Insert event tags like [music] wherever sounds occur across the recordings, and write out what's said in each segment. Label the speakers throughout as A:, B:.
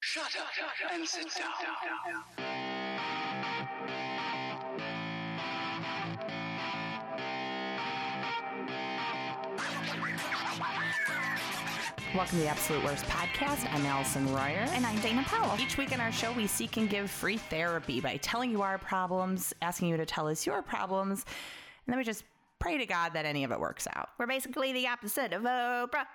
A: Shut up and sit down.
B: Welcome to the Absolute Worst Podcast. I'm Allison Royer.
C: And I'm Dana Powell.
B: each week in our show, we seek and give free therapy by telling you our problems, asking you to tell us your problems, and then we just pray to God that any of it works out.
C: We're basically the opposite of Oprah.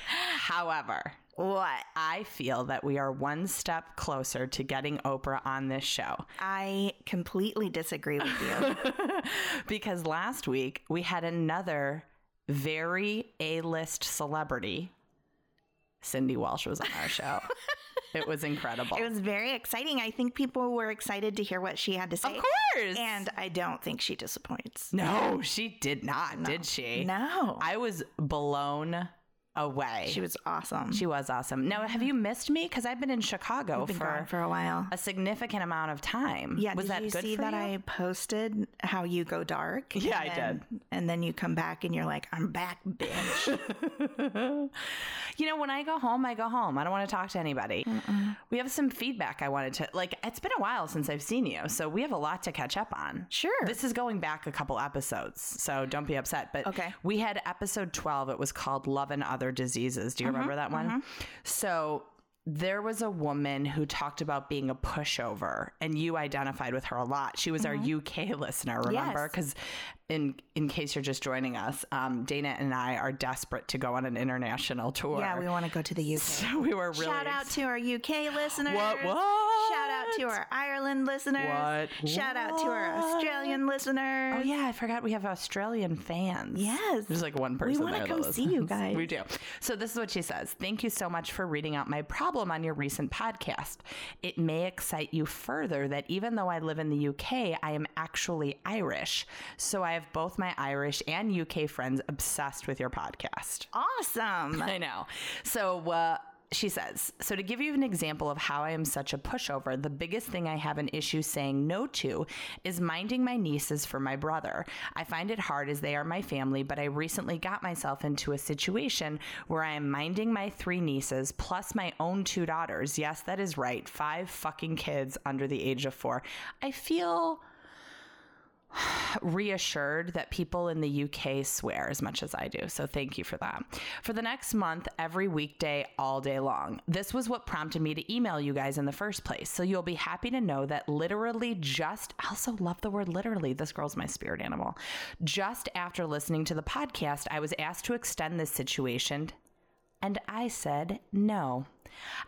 B: [laughs] However,
C: What?
B: I feel that we are one step closer to getting Oprah on this show.
C: I completely disagree with
B: [laughs]
C: you.
B: because last week we had another very A-list celebrity. Cindy Walsh was on our show. it was incredible.
C: [laughs] it was very exciting. I think people were excited to hear what she had to say.
B: of course.
C: And I don't think she disappoints.
B: no, she did not, did she?
C: No.
B: I was blown away.
C: she was awesome.
B: She was awesome. Now, have you missed me? Because I've been in Chicago
C: been
B: for,
C: gone for a while.
B: a significant amount of time.
C: Yeah,
B: was
C: did
B: that
C: you
B: good
C: see
B: for
C: that
B: you?
C: I posted how you go dark?
B: Yeah,
C: And
B: I
C: then- And then you come back and you're like, I'm back, bitch.
B: You know, when I go home, I go home. I don't want to talk to anybody. We have some feedback I wanted to like. It's been a while since I've seen you, so we have a lot to catch up on.
C: Sure.
B: This is going back a couple episodes, so don't be upset. But
C: Okay.
B: we had episode twelve. It was called "Love and Other Diseases." Do you remember
C: Mm-hmm,
B: that one? So. There was a woman who talked about being a pushover, and you identified with her a lot. She was our UK listener, remember?
C: Mm-hmm. Yes.
B: Because in in case you're just joining us, um, Dana and I are desperate to go on an international tour.
C: yeah, we want to go to the
B: [laughs]
C: UK.
B: So we were really
C: Shout out to our UK listeners.
B: What, what?
C: Shout out to our Ireland listeners.
B: What,
C: Shout out to our
B: what?
C: Australian listeners.
B: Oh yeah, I forgot we have Australian fans.
C: Yes.
B: there's like one person.
C: wanna
B: there that
C: come
B: listens.
C: see you guys.
B: We do. So this is what she says. Thank you so much for reading out my problem on your recent podcast. It may excite you further that even though I live in the UK, I am actually Irish. So I have both my Irish and UK friends obsessed with your podcast. [laughs]
C: Awesome.
B: I know. So, uh, she says, so to give you an example of how I am such a pushover, the biggest thing I have an issue saying no to is minding my nieces for my brother. I find it hard as they are my family, but I recently got myself into a situation where I am minding my three nieces plus my own two daughters. Yes, that is right. Five fucking kids under the age of four. I feel reassured that people in the UK swear as much as I do. So thank you for that. For the next month, every weekday, all day long. This was what prompted me to email you guys in the first place. So you'll be happy to know that literally just, I also love the word literally. This girl's my spirit animal. Just after listening to the podcast, I was asked to extend this situation and I said no.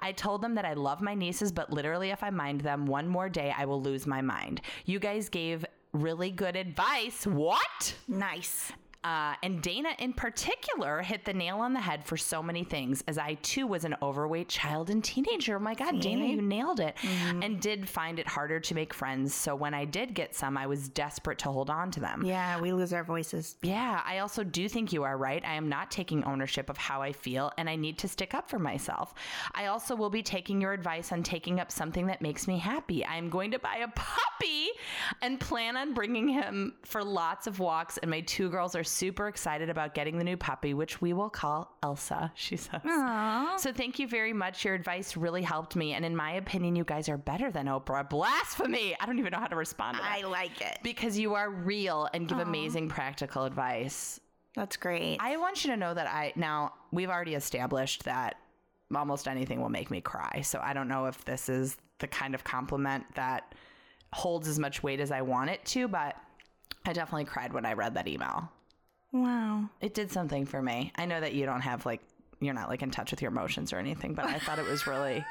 B: I told them that I love my nieces, but literally, if I mind them one more day, I will lose my mind. You guys gave really good advice. What?
C: nice.
B: Uh, and Dana, in particular, hit the nail on the head for so many things, as I too was an overweight child and teenager. Oh my God, Dana, you nailed it. And did find it harder to make friends. So when I did get some, I was desperate to hold on to them.
C: Yeah, we lose our voices.
B: Yeah, I also do think you are right. I am not taking ownership of how I feel, and I need to stick up for myself. I also will be taking your advice on taking up something that makes me happy. I am going to buy a [laughs] puppy and plan on bringing him for lots of walks. And my two girls are super excited about getting the new puppy, which we will call Elsa, she says. So thank you very much. Your advice really helped me. And in my opinion, you guys are better than Oprah. Blasphemy! I don't even know how to respond to that
C: I like it.
B: because you are real and give amazing practical advice.
C: That's great.
B: I want you to know that I now we've already established that almost anything will make me cry. So I don't know if this is the kind of compliment that holds as much weight as I want it to, but I definitely cried when I read that email.
C: wow.
B: It did something for me. I know that you don't have like you're not like in touch with your emotions or anything, but I thought it was really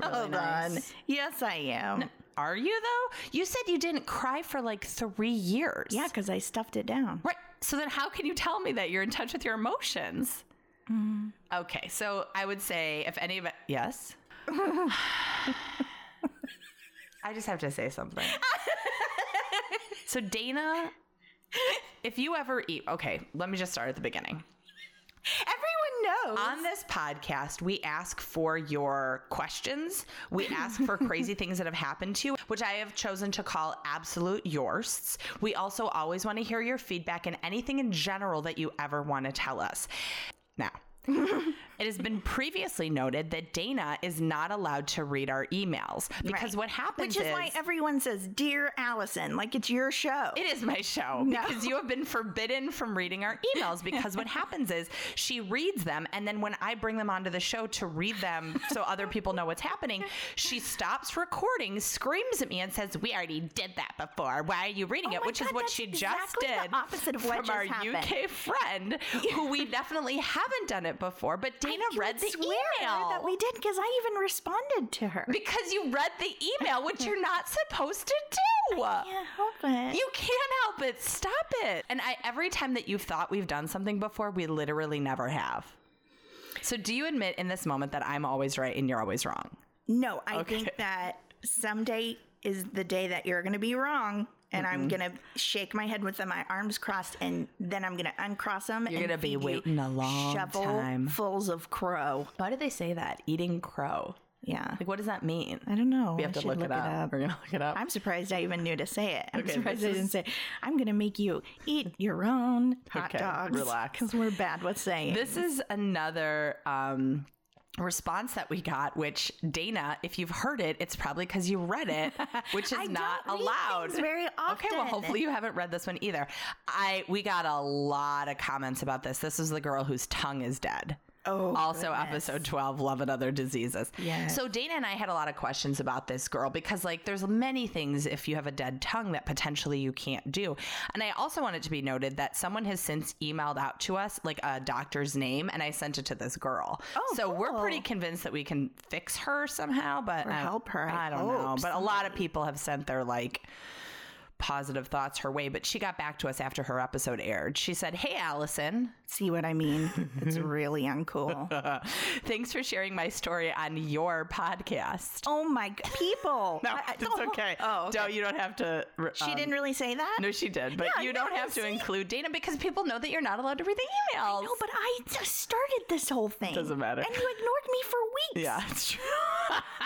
C: Hold
B: nice.
C: on. Oh, Yes, I am.
B: Are you though? You said you didn't cry for like 3 years.
C: Yeah, because I stuffed it down.
B: Right. So then how can you tell me that you're in touch with your emotions? Mm-hmm. Okay. So I would say if any of it, yes. [sighs] I just have to say something. [laughs] so Dana, if you ever eat, okay, let me just start at the beginning.
C: Everyone knows.
B: On this podcast, we ask for your questions. We ask
C: [laughs]
B: for crazy things that have happened to you, which I have chosen to call absolute yours. We also always want to hear
C: [laughs]
B: your feedback and anything in general that you ever want to tell us. Now, It has been previously noted that Dana is not allowed to read our emails because
C: Right.
B: what happens
C: Which is, why everyone says, Dear Allison, like it's your show.
B: it is my show because you have been forbidden from reading our emails because
C: [laughs]
B: what happens is she reads them and then when I bring them onto the show to read them so other people know what's happening, she stops recording, screams at me and says, "We already did that before. Why are you reading
C: Oh
B: it?"
C: my
B: Which is
C: God,
B: what
C: that's
B: she just
C: exactly the
B: did.
C: opposite of what
B: from
C: just
B: our
C: happened.
B: UK friend who we definitely haven't done it before, but Dana
C: You
B: read
C: would
B: the
C: swear
B: email.
C: that we did because I even responded to her.
B: because you read the email, which you're not supposed to do.
C: Can't help it.
B: You can't help it. Stop it. And I every time that you've thought we've done something before, we literally never have. So do you admit in this moment that I'm always right and you're always wrong?
C: no, I
B: Okay.
C: think that someday is the day that you're going to be wrong. And
B: Mm-hmm.
C: I'm gonna shake my head with my arms crossed, and then I'm gonna uncross them. You're
B: gonna be waiting a long time.
C: Shovelfuls of crow.
B: Why do they say that? Eating crow.
C: Yeah,
B: Like what does that mean?
C: I don't know.
B: We have to look, it, up. We're gonna look it up.
C: I'm surprised I even knew to say it. I'm
B: Okay,
C: surprised
B: this
C: I didn't say, I'm going to make you eat your own hot
B: Okay,
C: dogs. [laughs]
B: relax.
C: Because we're bad with saying.
B: This is another um, response that we got, which Dana, if you've heard it, it's probably because you read
C: [laughs]
B: it, which is
C: I
B: not
C: don't read
B: allowed.
C: things very
B: Okay, well,
C: often.
B: hopefully you haven't read this one either. I we got a lot of comments about this. This is the girl whose tongue is dead.
C: Oh,
B: also
C: goodness.
B: episode 12 love and other diseases
C: Yes.
B: so dana and i had a lot of questions about this girl because like there's many things if you have a dead tongue that potentially you can't do and i also want it to be noted that someone has since emailed out to us like a doctor's name and i sent it to this girl
C: Oh,
B: so we're
C: cool.
B: pretty convinced that we can fix her somehow but
C: Or
B: I-
C: help her,
B: i,
C: I
B: don't
C: hope,
B: know but a lot of people have sent their like positive thoughts her way but she got back to us after her episode aired she said hey allison
C: See what I mean?
B: [laughs]
C: It's really uncool.
B: Thanks for sharing my story on your podcast.
C: oh my g- people.
B: No,
C: I- I-
B: it's okay.
C: Oh, okay.
B: No, you don't have to.
C: she didn't really say that.
B: Um, No, she did, but
C: Yeah,
B: you don't
C: no,
B: have to
C: see?
B: include Dana because people know that you're not allowed to read the emails.
C: No, but I just started this whole thing.
B: Doesn't matter.
C: And you ignored me for weeks. [laughs]
B: yeah, it's true. [laughs]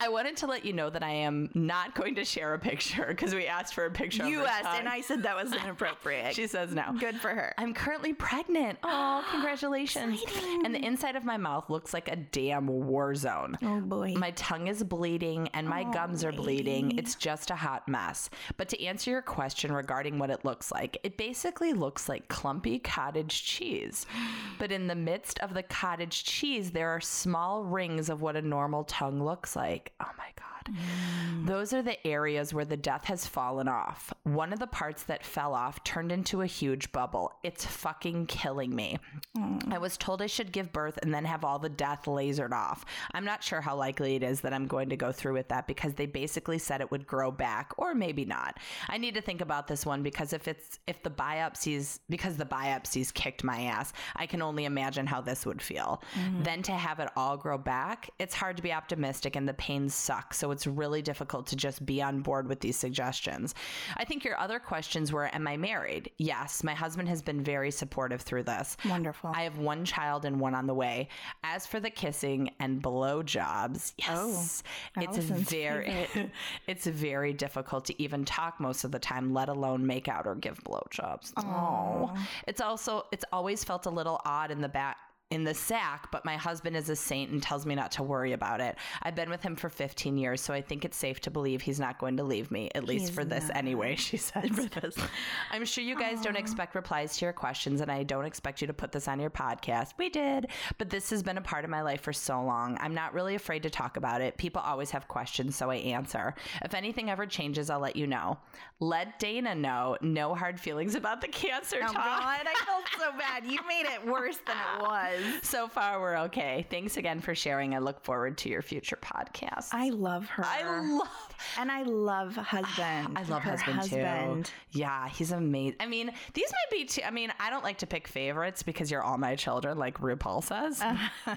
B: I wanted to let you know that I am not going to share a picture because we asked for a picture. of
C: You
B: her
C: asked,
B: tongue.
C: and I said that
B: [laughs]
C: was inappropriate.
B: She says no.
C: good for her.
B: I'm currently pregnant.
C: [gasps]
B: Oh, congratulations.
C: Exciting.
B: And the inside of my mouth looks like a damn war zone. [laughs]
C: oh boy.
B: [laughs] My tongue is bleeding and my gums are bleeding. It's just a hot mess. But to answer your question regarding what it looks like, it basically looks like clumpy cottage cheese. But in the midst of the cottage cheese, there are small rings of what a normal tongue looks like. Oh my God. Those are the areas where the death has fallen off. One of the parts that fell off turned into a huge bubble. It's fucking killing me. I was told I should give birth and then have all the death lasered off. I'm not sure how likely it is that I'm going to go through with that because they basically said it would grow back or maybe not. I need to think about this one because if it's if the biopsies because the biopsies kicked my ass, I can only imagine how this would feel. Then to have it all grow back, it's hard to be optimistic and the pain sucks. So it's really difficult to just be on board with these suggestions. I think your other questions were am I married? Yes, my husband has been very supportive through this.
C: Wonderful.
B: I have one child and one on the way. As for the kissing and blowjobs, yes, it's
C: Allison's
B: very, [laughs] it's very difficult to even talk most of the time, let alone make out or give blowjobs. Oh, it's also it's always felt a little odd in the back. In the sack, but my husband is a saint and tells me not to worry about it. I've been with him for 15 years, so I think it's safe to believe he's not going to leave me, at least for this anyway, [laughs] she said.
C: Oh,
B: I'm sure you guys don't expect replies to your questions, and I don't expect you to put this on your podcast. We did, but this has been a part of my life for so long. I'm not really afraid to talk about it. People always have questions, so I answer. If anything ever changes, I'll let you know. Let Dana know. No hard feelings about the cancer
C: Oh
B: talk.
C: God, I felt so bad. You made it worse than it was.
B: So far, we're okay. Thanks again for sharing. I look forward to your future podcast.
C: I love her.
B: [laughs] I love
C: and I love
B: [sighs]
C: husband.
B: I love
C: her
B: husband, too. Yeah, he's amazing. I mean, these might be two. I mean, I don't like to pick favorites because you're all my children, like RuPaul says.
C: Uh-huh.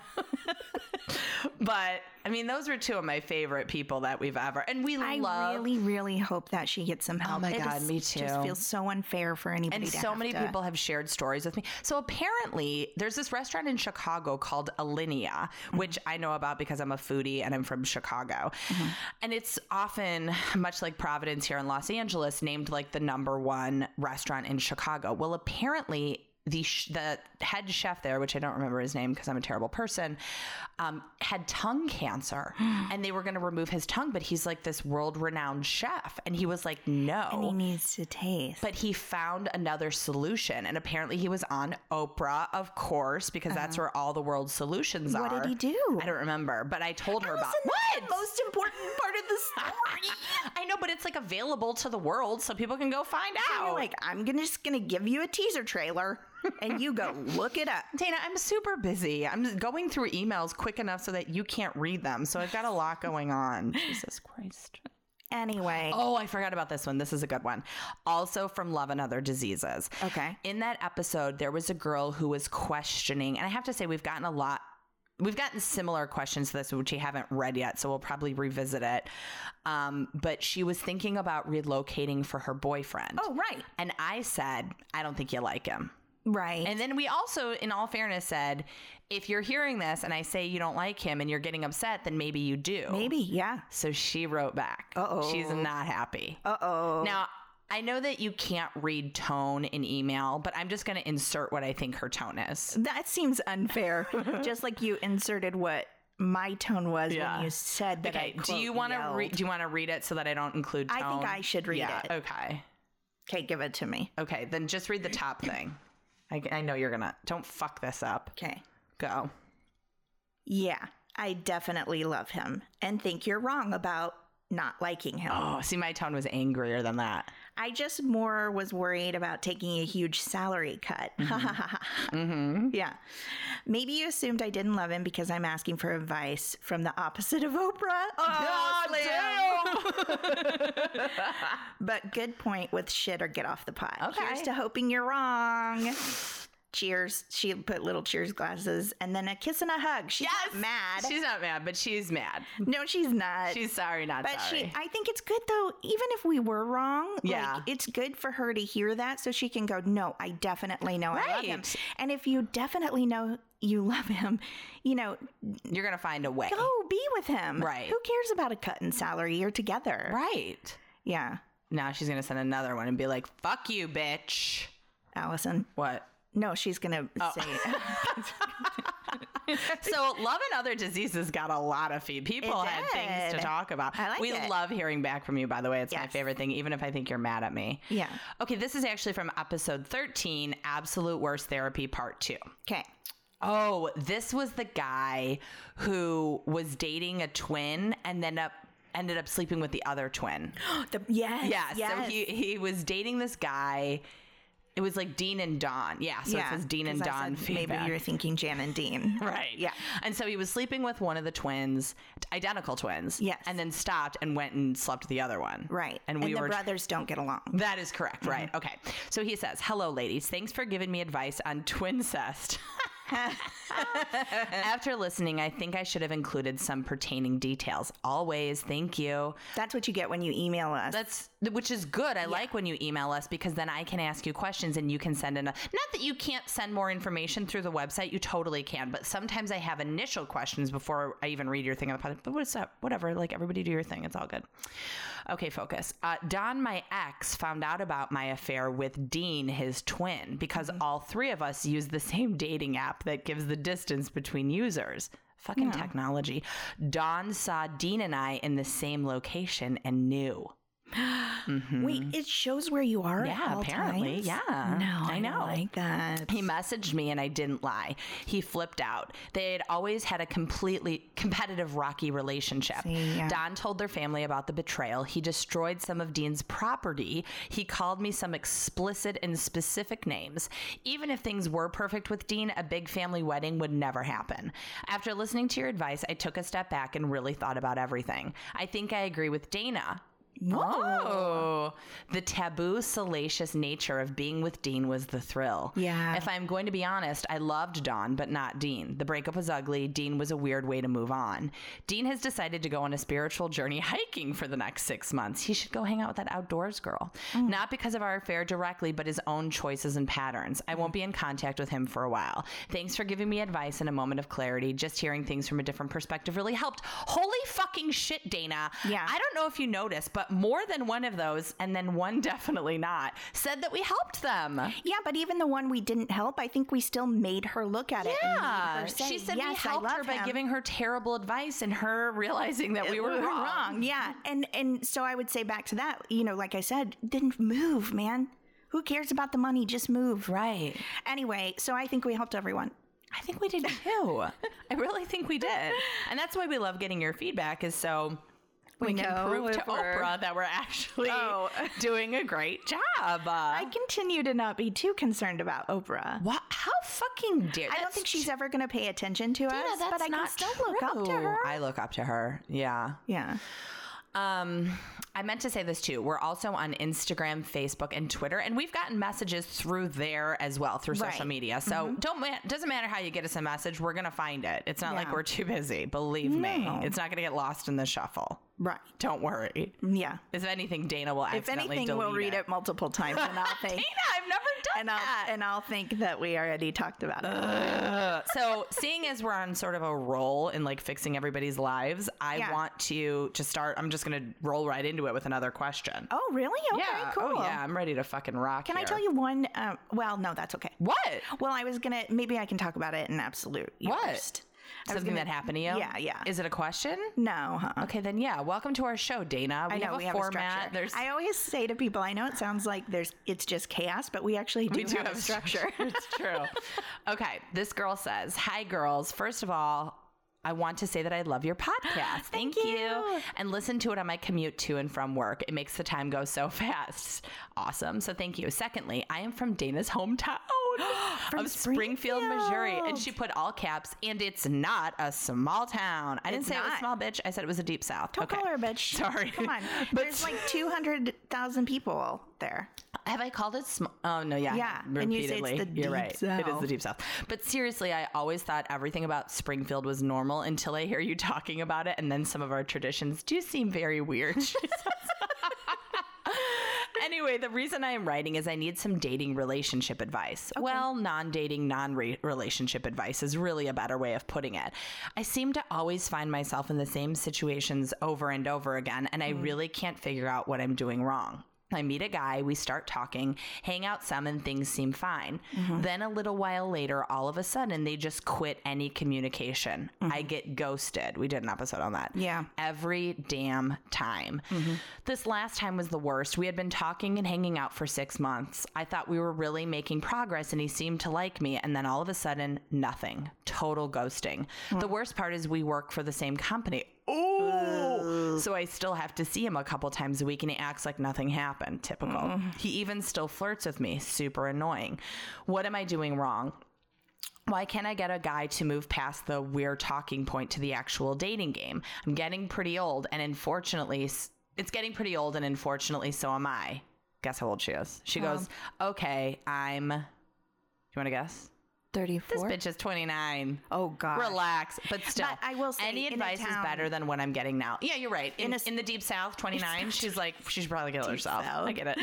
B: [laughs] but I mean, those were two of my favorite people that we've ever, and we
C: I
B: love. Oh
C: really, really hope that she gets some help.
B: my
C: It
B: God,
C: is-
B: me too.
C: Just feels so unfair for anybody.
B: and
C: to
B: so
C: have
B: many
C: to-
B: people have shared stories with me. So apparently, there's this restaurant in Chicago called Alinea,
C: Mm-hmm.
B: which I know about because I'm a foodie and I'm from Chicago.
C: Mm-hmm.
B: And it's often, much like Providence here in Los Angeles, named like the number one restaurant in Chicago. Well, apparently, the sh- the head chef there, which I don't remember his name because I'm a terrible person, um, had tongue
C: [gasps]
B: cancer, and they were going to remove his tongue, but he's like this world renowned chef, and he was like, no,
C: He needs to taste.
B: but he found another solution, and apparently he was on Oprah, of course, because that's where all the world's solutions
C: Uh-huh. What
B: are.
C: did he do?
B: I don't remember, but I told her about
C: Listen, that's
B: what.
C: the most important [laughs] part of the story.
B: [laughs] I know, but it's like available to the world, so people can go find
C: And
B: out.
C: you're like, I'm gonna, just going to give you a teaser trailer and you
B: [laughs]
C: go look it up.
B: Dana, I'm super busy. I'm going through emails quick enough so that you can't read them. So I've got a lot going
C: [laughs]
B: on. Jesus Christ.
C: Anyway,
B: Oh, I forgot about this one. This is a good one. Also from Love and Other Diseases.
C: Okay.
B: In that episode, there was a girl who was questioning, and I have to say, we've gotten a lot. We've gotten similar questions to this, which we haven't read yet, so we'll probably revisit it. Um, but she was thinking about relocating for her boyfriend.
C: oh right,
B: And I said, I don't think you like him.
C: right.
B: And then we also, in all fairness, said if you're hearing this and I say you don't like him and you're getting upset, then maybe you do.
C: Maybe, yeah.
B: So she wrote back.
C: Uh-oh.
B: She's not happy.
C: Uh oh.
B: Now, I know that you can't read tone in email, but I'm just going to insert what I think her tone is.
C: That seems
B: [laughs]
C: unfair. Just like you inserted what my tone was
B: Yeah.
C: when you said that.
B: Okay.
C: I,
B: Do you
C: quote,
B: want to
C: yelled.
B: re- do you want to read it so that I don't include
C: I
B: tone?
C: think I should read
B: yeah,
C: it.
B: Okay.
C: Okay, give it to me.
B: Okay. Then just read the top thing. I, I know you're gonna. Don't fuck this up.
C: Okay.
B: Go.
C: Yeah, I definitely love him and think you're wrong about not liking him.
B: Oh, see, my tone was angrier than that.
C: I just more was worried about taking a huge salary cut. [laughs]
B: Mm-hmm.
C: yeah. Maybe you assumed I didn't love him because I'm asking for advice from the opposite of Oprah.
B: Mm.
C: Oh, [laughs] But good point with shit or get off the pot.
B: Okay.
C: Cheers to hoping you're wrong. cheers. She put little cheers glasses and then a kiss and a hug. She's not mad.
B: [laughs] She's not mad, but she's mad.
C: no, she's not.
B: She's sorry, not
C: but
B: sorry.
C: she I think it's good though, even if we were wrong,
B: Yeah.
C: like it's good for her to hear that so she can go, No, I definitely know I love him.
B: Right.
C: And if you definitely know you love him, you know,
B: You're gonna find a way.
C: go be with him.
B: Right.
C: Who cares about a cut in salary? You're together.
B: Right.
C: Yeah.
B: Now she's gonna send another one and be like, "Fuck you, bitch."
C: Allison.
B: What?
C: No, she's gonna say
B: [laughs] So, love and other diseases got a lot of feed. People
C: It
B: had things to
C: did.
B: talk about.
C: I like
B: we
C: it.
B: love hearing back from you. By the way, it's my
C: Yes.
B: favorite thing, even if I think you're mad at me.
C: Yeah.
B: Okay, this is actually from episode 13, Absolute Worst Therapy Part Two.
C: Okay.
B: Oh, this was the guy who was dating a twin and then up ended up sleeping with the other
C: [gasps]
B: twin.
C: [gasps] The, yes.
B: Yeah.
C: yes.
B: So he he was dating this guy. It was like Dean and Don. Yeah. So it says Dean and
C: 'cause I
B: Don
C: said
B: feedback.
C: Maybe you're thinking Jan and Dean.
B: [laughs] Right.
C: Yeah.
B: And so he was sleeping with one of the twins, identical twins.
C: Yes.
B: And then stopped and went and slept with the other one.
C: Right.
B: And we
C: the Mm-hmm.
B: were
C: brothers don't get along.
B: [laughs] that is correct, right? Okay. So he says, Hello, ladies. Thanks for giving me advice on twin cest. [laughs] After listening, I think I should have included some pertaining details. Always, thank you.
C: That's what you get when you email us.
B: That's which is good. I like when you email us because then I can ask you questions and you can send in. A, not that you can't send more information through the website, you totally can. But sometimes I have initial questions before I even read your thing on the podcast. But what's up? Whatever. Like everybody do your thing. It's all good. Okay, focus. Uh, Don, my ex, found out about my affair with Dean, his twin, because all three of us use the same dating app that gives the distance between users. Fucking technology. Don saw Dean and I in the same location and knew.
C: Wait, it shows where you are. at
B: Mm-hmm. Yeah,
C: all
B: apparently.
C: times?
B: Yeah.
C: No,
B: I
C: I, know.
B: know.
C: like that.
B: He messaged me and I didn't lie. He flipped out. They had always had a completely competitive, rocky relationship.
C: See, yeah.
B: Don told their family about the betrayal. He destroyed some of Dean's property. He called me some explicit and specific names. Even if things were perfect with Dean, a big family wedding would never happen. After listening to your advice, I took a step back and really thought about everything. I think I agree with Dana. Oh, the taboo, salacious nature of being with Dean was the thrill.
C: Yeah.
B: If I'm going to be honest, I loved Don, but not Dean. The breakup was ugly. Dean was a weird way to move on. Dean has decided to go on a spiritual journey [laughs] hiking for the next six months. He should go hang out with that outdoors girl.
C: Mm.
B: Not because of our affair directly, but his own choices and patterns. I won't be in contact with him for a while. Thanks for giving me advice and a moment of clarity. Just hearing things from a different perspective really helped. Holy fucking shit, Dana.
C: Yeah.
B: I don't know if you noticed, but but more than one of those, and then one [laughs] definitely not, said that we helped them.
C: Yeah, but even the one we didn't help, I think we still made her look at it. and made
B: Yeah.
C: her say,
B: She said
C: yes,
B: we helped
C: I love
B: her by
C: him.
B: giving her terrible advice and her realizing that we were
C: We're
B: wrong. [laughs]
C: Yeah, and and so I would say back to that. You know, like I said, then move, man. Who cares about the money? Just move.
B: Right.
C: Anyway, so I think we helped everyone.
B: I think we did too. [laughs] I really think we did. And that's why we love getting your feedback is so we, can
C: know
B: prove
C: if
B: to
C: we're-
B: Oprah that we're [laughs] actually
C: Oh.
B: doing a great job.
C: I continue to not be too concerned about Oprah.
B: What? How fucking dare?
C: I don't think she's ever going to pay attention to us,
B: that's
C: but I can
B: not
C: still look up to
B: true.
C: her.
B: I look up to her. Yeah.
C: yeah.
B: Um, I meant to say this too. We're also on Instagram, Facebook, and Twitter, and we've gotten messages through there as well through social
C: Right. Mm-hmm.
B: media. So don't ma- doesn't matter how you get us a message, we're gonna find it. It's not like
C: Yeah.
B: we're too busy. Believe me,
C: No.
B: it's not gonna get lost in the shuffle.
C: Right.
B: Don't worry.
C: Yeah.
B: If anything, Dana will
C: If
B: accidentally
C: anything, we'll
B: delete
C: read it. multiple times,
B: [laughs]
C: and I'll think,
B: Dana, I've never done
C: and uh,
B: that.
C: I'll and I'll think that we already talked about it.
B: so seeing as we're on sort of a roll in like fixing everybody's lives, I
C: Yeah.
B: want to to start. I'm just gonna roll right into it with another question.
C: Oh, really? Okay,
B: yeah.
C: cool.
B: Oh yeah. I'm ready to fucking rock.
C: Can I
B: here.
C: tell you one? Um, well, no, that's okay.
B: what?
C: Well, I was gonna. Maybe I can talk about it in absolute.
B: What?
C: Worst. I was
B: Something
C: gonna-
B: that happened to you?
C: Yeah, yeah.
B: Is it a question?
C: No. huh?
B: Okay, then yeah. Welcome to our show, Dana. We
C: I know
B: have a
C: we have
B: format.
C: a structure.
B: There's
C: I always say to people, I know it sounds like there's it's just chaos, but we actually do,
B: we do
C: have, a structure. [laughs]
B: it's true. Okay, this girl says, "Hi, girls. First of all." I want to say that I love your
C: [gasps]
B: podcast. Thank, you.
C: you.
B: And listen to it on my commute to and from work. It makes the time go so [laughs] fast. Awesome. So thank you. Secondly, I am from Dana's hometown
C: [gasps] From
B: of Springfield, Missouri. And
C: Springfield.
B: she put all caps, and it's not a small town. I didn't
C: It's
B: say it was
C: not.
B: small, bitch. I said it was a deep south.
C: Don't call her a bitch.
B: Sorry.
C: Come on.
B: [laughs] But-
C: there's like two hundred thousand people there.
B: Have I called it small? Oh no, yeah, I
C: Yeah,
B: have,
C: and you say it's
B: repeatedly.
C: the
B: You're
C: deep
B: right. It is the
C: south.
B: deep south. But seriously, I always thought everything about Springfield was normal until I hear you talking about it, and then some of our traditions do seem very
C: [laughs]
B: weird. she says. anyway, the reason I am writing is I need some dating relationship advice. Well, non-dating, non-relationship advice is really a better way of putting it. I seem to always find myself in the same situations over and over again, and I really can't figure out what I'm doing wrong. I meet a guy, we start talking, hang out some, and things seem fine. Then a little while later, all of a sudden, they just quit any communication. I get ghosted. We did an episode on that.
C: Yeah.
B: Every damn time. This last time was the worst. We had been talking and hanging out for six months. I thought we were really making progress, and he seemed to like me. And then all of a sudden, nothing. Total ghosting. The worst part is we work for the same company. Oh,
C: Mm.
B: so I still have to see him a couple times a week, and he acts like nothing happened. Typical.
C: Mm.
B: He even still flirts with me. Super annoying. What am I doing wrong? Why can't I get a guy to move past the we're talking point to the actual dating game? I'm getting pretty old, and unfortunately, s- it's getting pretty old, and unfortunately, so am I. Guess how old she is. She goes, Okay, I'm. Do you want to guess? This
C: Thirty-four.
B: bitch is 29.
C: oh God.
B: Relax, but still,
C: But I will say,
B: any
C: in a
B: advice
C: town-
B: is better than what I'm getting now. Yeah, you're right. In, in,
C: In a-
B: the deep south, 29, she's like, she's probably kill herself.
C: south.
B: I get it.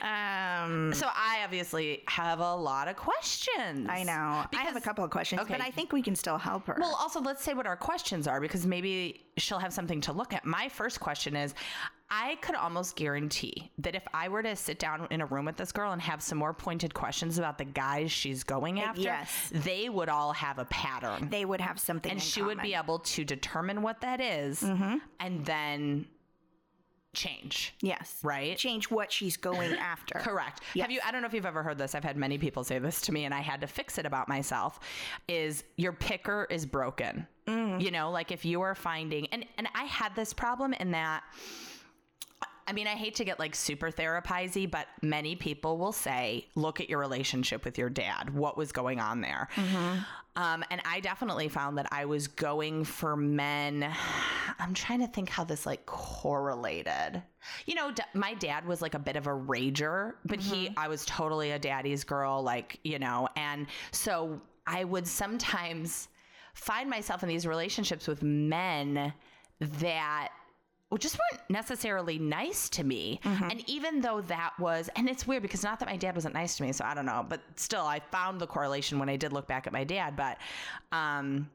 C: Um. [laughs]
B: So I obviously have a lot of questions.
C: I know. I have a
B: Because-
C: couple of questions,
B: Okay.
C: but I think we can still help her.
B: Well, also, let's say what our questions are because maybe she'll have something to look at. My first question is I could almost guarantee that if I were to sit down in a room with this girl and have some more pointed questions about the guys she's going after,
C: yes.
B: they would all have a pattern.
C: they would have something.
B: and
C: in
B: she would be
C: common. Mm-hmm.
B: able to determine what that is and then change.
C: yes,
B: Right?
C: Change what she's going after.
B: [laughs] Correct. Have
C: Yes.
B: you? I don't know if you've ever heard this. I've had many people say this to me, and I had to fix it about myself. Is your picker is broken?
C: Mm-hmm.
B: You know, like if you are finding, and and I had this problem in that. I mean, I hate to get like super therapizy, but many people will say, look at your relationship with your dad. What was going on there? Um, and I definitely found that I was going for men. I'm trying to think how this like correlated. You know, d- my dad was like a bit of a rager, but he, I was totally a daddy's girl, like, you know, and so I would sometimes find myself in these relationships with men that well, just weren't necessarily nice to me. And even though that was, and it's weird because not that my dad wasn't nice to me, so I don't know, but still, I found the correlation when I did look back at my dad. But um,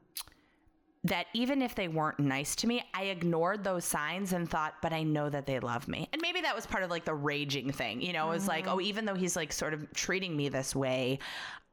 B: that even if they weren't nice to me, I ignored those signs and thought, but I know that they love me. And maybe that was part of like the raging thing, you know, it was like, oh, even though he's like sort of treating me this way,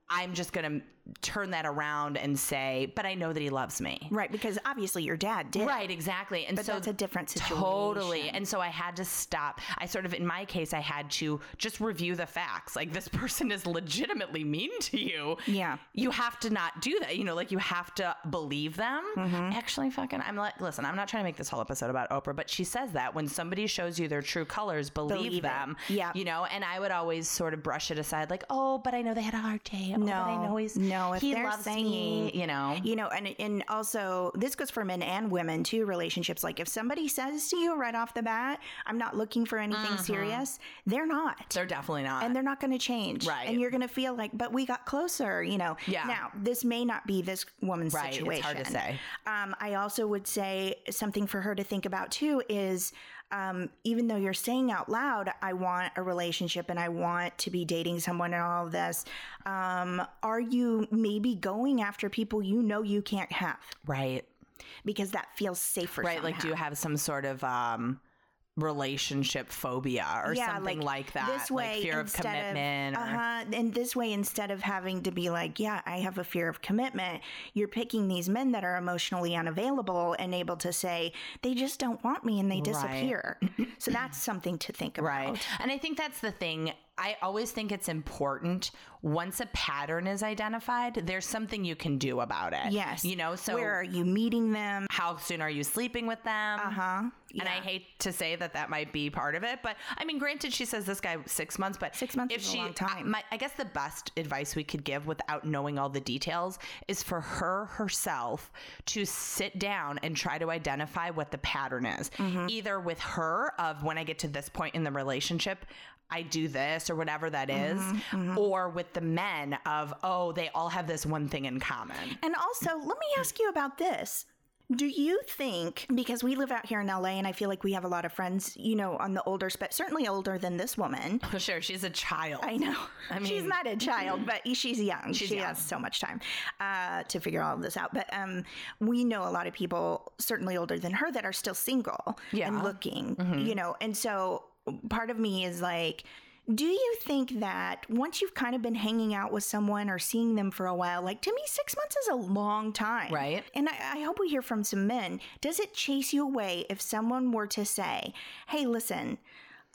B: I'm just going to turn that around and say, but I know that he loves me.
C: Right, because obviously your dad did.
B: Right, exactly. And so
C: that's a different
B: Totally.
C: situation.
B: And so I had to stop. I sort of, in my case, I had to just review the facts. Like, this [laughs] person is legitimately mean to you.
C: Yeah.
B: You have to not do that. You know, like, you have to believe them.
C: Mm-hmm.
B: Actually, fucking, I'm like, listen, I'm not trying to make this whole episode about Oprah, but she says that when somebody shows you their true colors, believe,
C: Believe it.
B: them.
C: Yeah.
B: You know, and I would always sort of brush it aside, like, oh, but I know they had a hard day. Oh, but
C: No.
B: I know he's,
C: No, if
B: he
C: they're
B: loves
C: saying-
B: me, you know.
C: You know, and and also this goes for men and women too. Relationships, like if somebody says to you right off the bat, "I'm not looking for anything serious," they're not,
B: They're definitely not.
C: and they're not going to change.
B: Right.
C: and you're going to feel like, "But we got closer," you know.
B: Yeah.
C: Now this may not be this woman's
B: Right, it's
C: situation.
B: hard to say.
C: Um, I also would say something for her to think about too is. Um, even though you're saying out loud, I want a relationship and I want to be dating someone and all of this, um, are you maybe going after people you know you can't have
B: right.
C: because that feels safer?
B: right like do you
C: somehow?
B: have some sort of um relationship phobia or
C: Yeah,
B: something like, that
C: This way,
B: like fear of
C: instead
B: commitment or
C: uh-huh, and this way, instead of having to be like, yeah, I have a fear of commitment, you're picking these men that are emotionally unavailable and able to say they just don't want me and they disappear.
B: [clears throat]
C: so that's something to think about.
B: Right. And I think that's the thing. I always think it's important once a pattern is identified, there's something you can do about it.
C: Yes.
B: You know, so
C: where are you meeting them?
B: how soon are you sleeping with them?
C: Uh huh.
B: And I hate to say that that might be part of it, but I mean, granted, she says this guy six months, but
C: Six months
B: if
C: is a
B: she,
C: long time.
B: I, my, I guess the best advice we could give without knowing all the details is for her herself to sit down and try to identify what the pattern is,
C: Mm-hmm.
B: either with her of when I get to this point in the relationship. I do this or whatever that
C: Mm-hmm,
B: is, or with the men of, oh, they all have this one thing in common.
C: And also, let me ask you about this. Do you think, because we live out here in LA and I feel like we have a lot of friends, you know, on the older, but certainly older than this woman.
B: Sure, she's a child.
C: I know.
B: [laughs] I
C: she's
B: mean-
C: not a child, but she's young. she
B: young.
C: has so much time uh, to figure all of this out. But um, we know a lot of people, certainly older than her, that are still single
B: Yeah. Mm-hmm.
C: and looking, you know. And so part of me is like, do you think that once you've kind of been hanging out with someone or seeing them for a while, like to me, six months is a long time.
B: Right.
C: And I, I hope we hear from some men. Does it chase you away if someone were to say, hey, listen,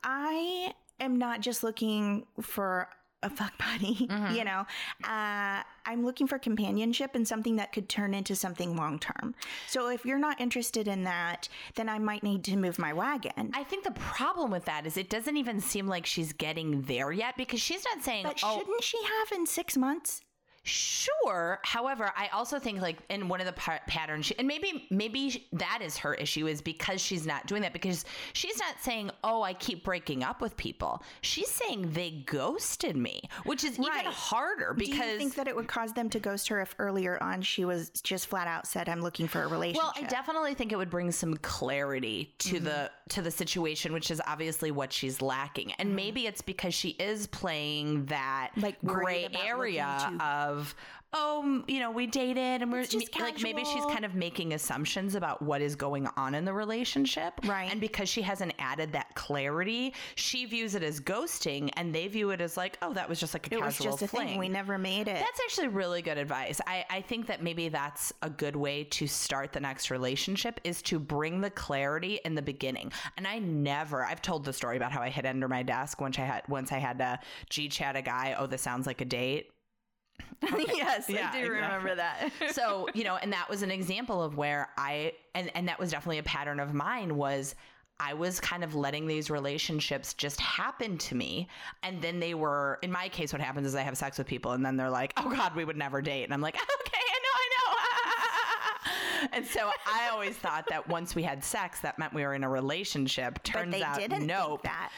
C: I am not just looking for a fuck buddy, [laughs] you know. Uh, I'm looking for companionship and something that could turn into something long term. So if you're not interested in that, then I might need to move my wagon.
B: I think the problem with that is it doesn't even seem like she's getting there yet because she's not saying,
C: but
B: oh,
C: shouldn't she have in six months?
B: sure. However, I also think like in one of the pa- patterns, she, and maybe maybe that is her issue is because she's not doing that because she's not saying, oh, I keep breaking up with people. She's saying they ghosted me, which is
C: Right.
B: even harder because
C: Do you think that it would cause them to ghost her if earlier on she was just flat out said, "I'm looking for a relationship"? Mm-hmm.
B: Well, I definitely think it would bring some clarity to the to the situation, which is obviously what she's lacking. And maybe it's because she is playing that
C: Like, worried
B: gray
C: about
B: area
C: looking too-
B: of oh, m- you know, we dated and we're
C: It's just
B: m- like maybe she's
C: casual.
B: kind of making assumptions about what is going on in the relationship.
C: Right.
B: And because she hasn't added that clarity, she views it as ghosting and they view it as like, oh, that was just like a
C: it was
B: casual
C: just a
B: fling.
C: thing. We never made it.
B: That's actually really good advice. I, I think that maybe that's a good way to start the next relationship is to bring the clarity in the beginning. And I never I've told the story about how I hid under my desk once I had once I had to G chat a guy, oh, this sounds like a date.
C: [laughs] yes,
B: Yeah,
C: I do remember that.
B: so you know and that was an example of where i and and that was definitely a pattern of mine was I was kind of letting these relationships just happen to me. And then they were, in my case, what happens is I have sex with people and then they're like, oh God, we would never date. And I'm like, [laughs] okay, I know, [laughs] I know. and so I always thought that once we had sex, that meant we were in a relationship. Turns
C: [laughs] but they
B: out,
C: didn't
B: nope.
C: think that.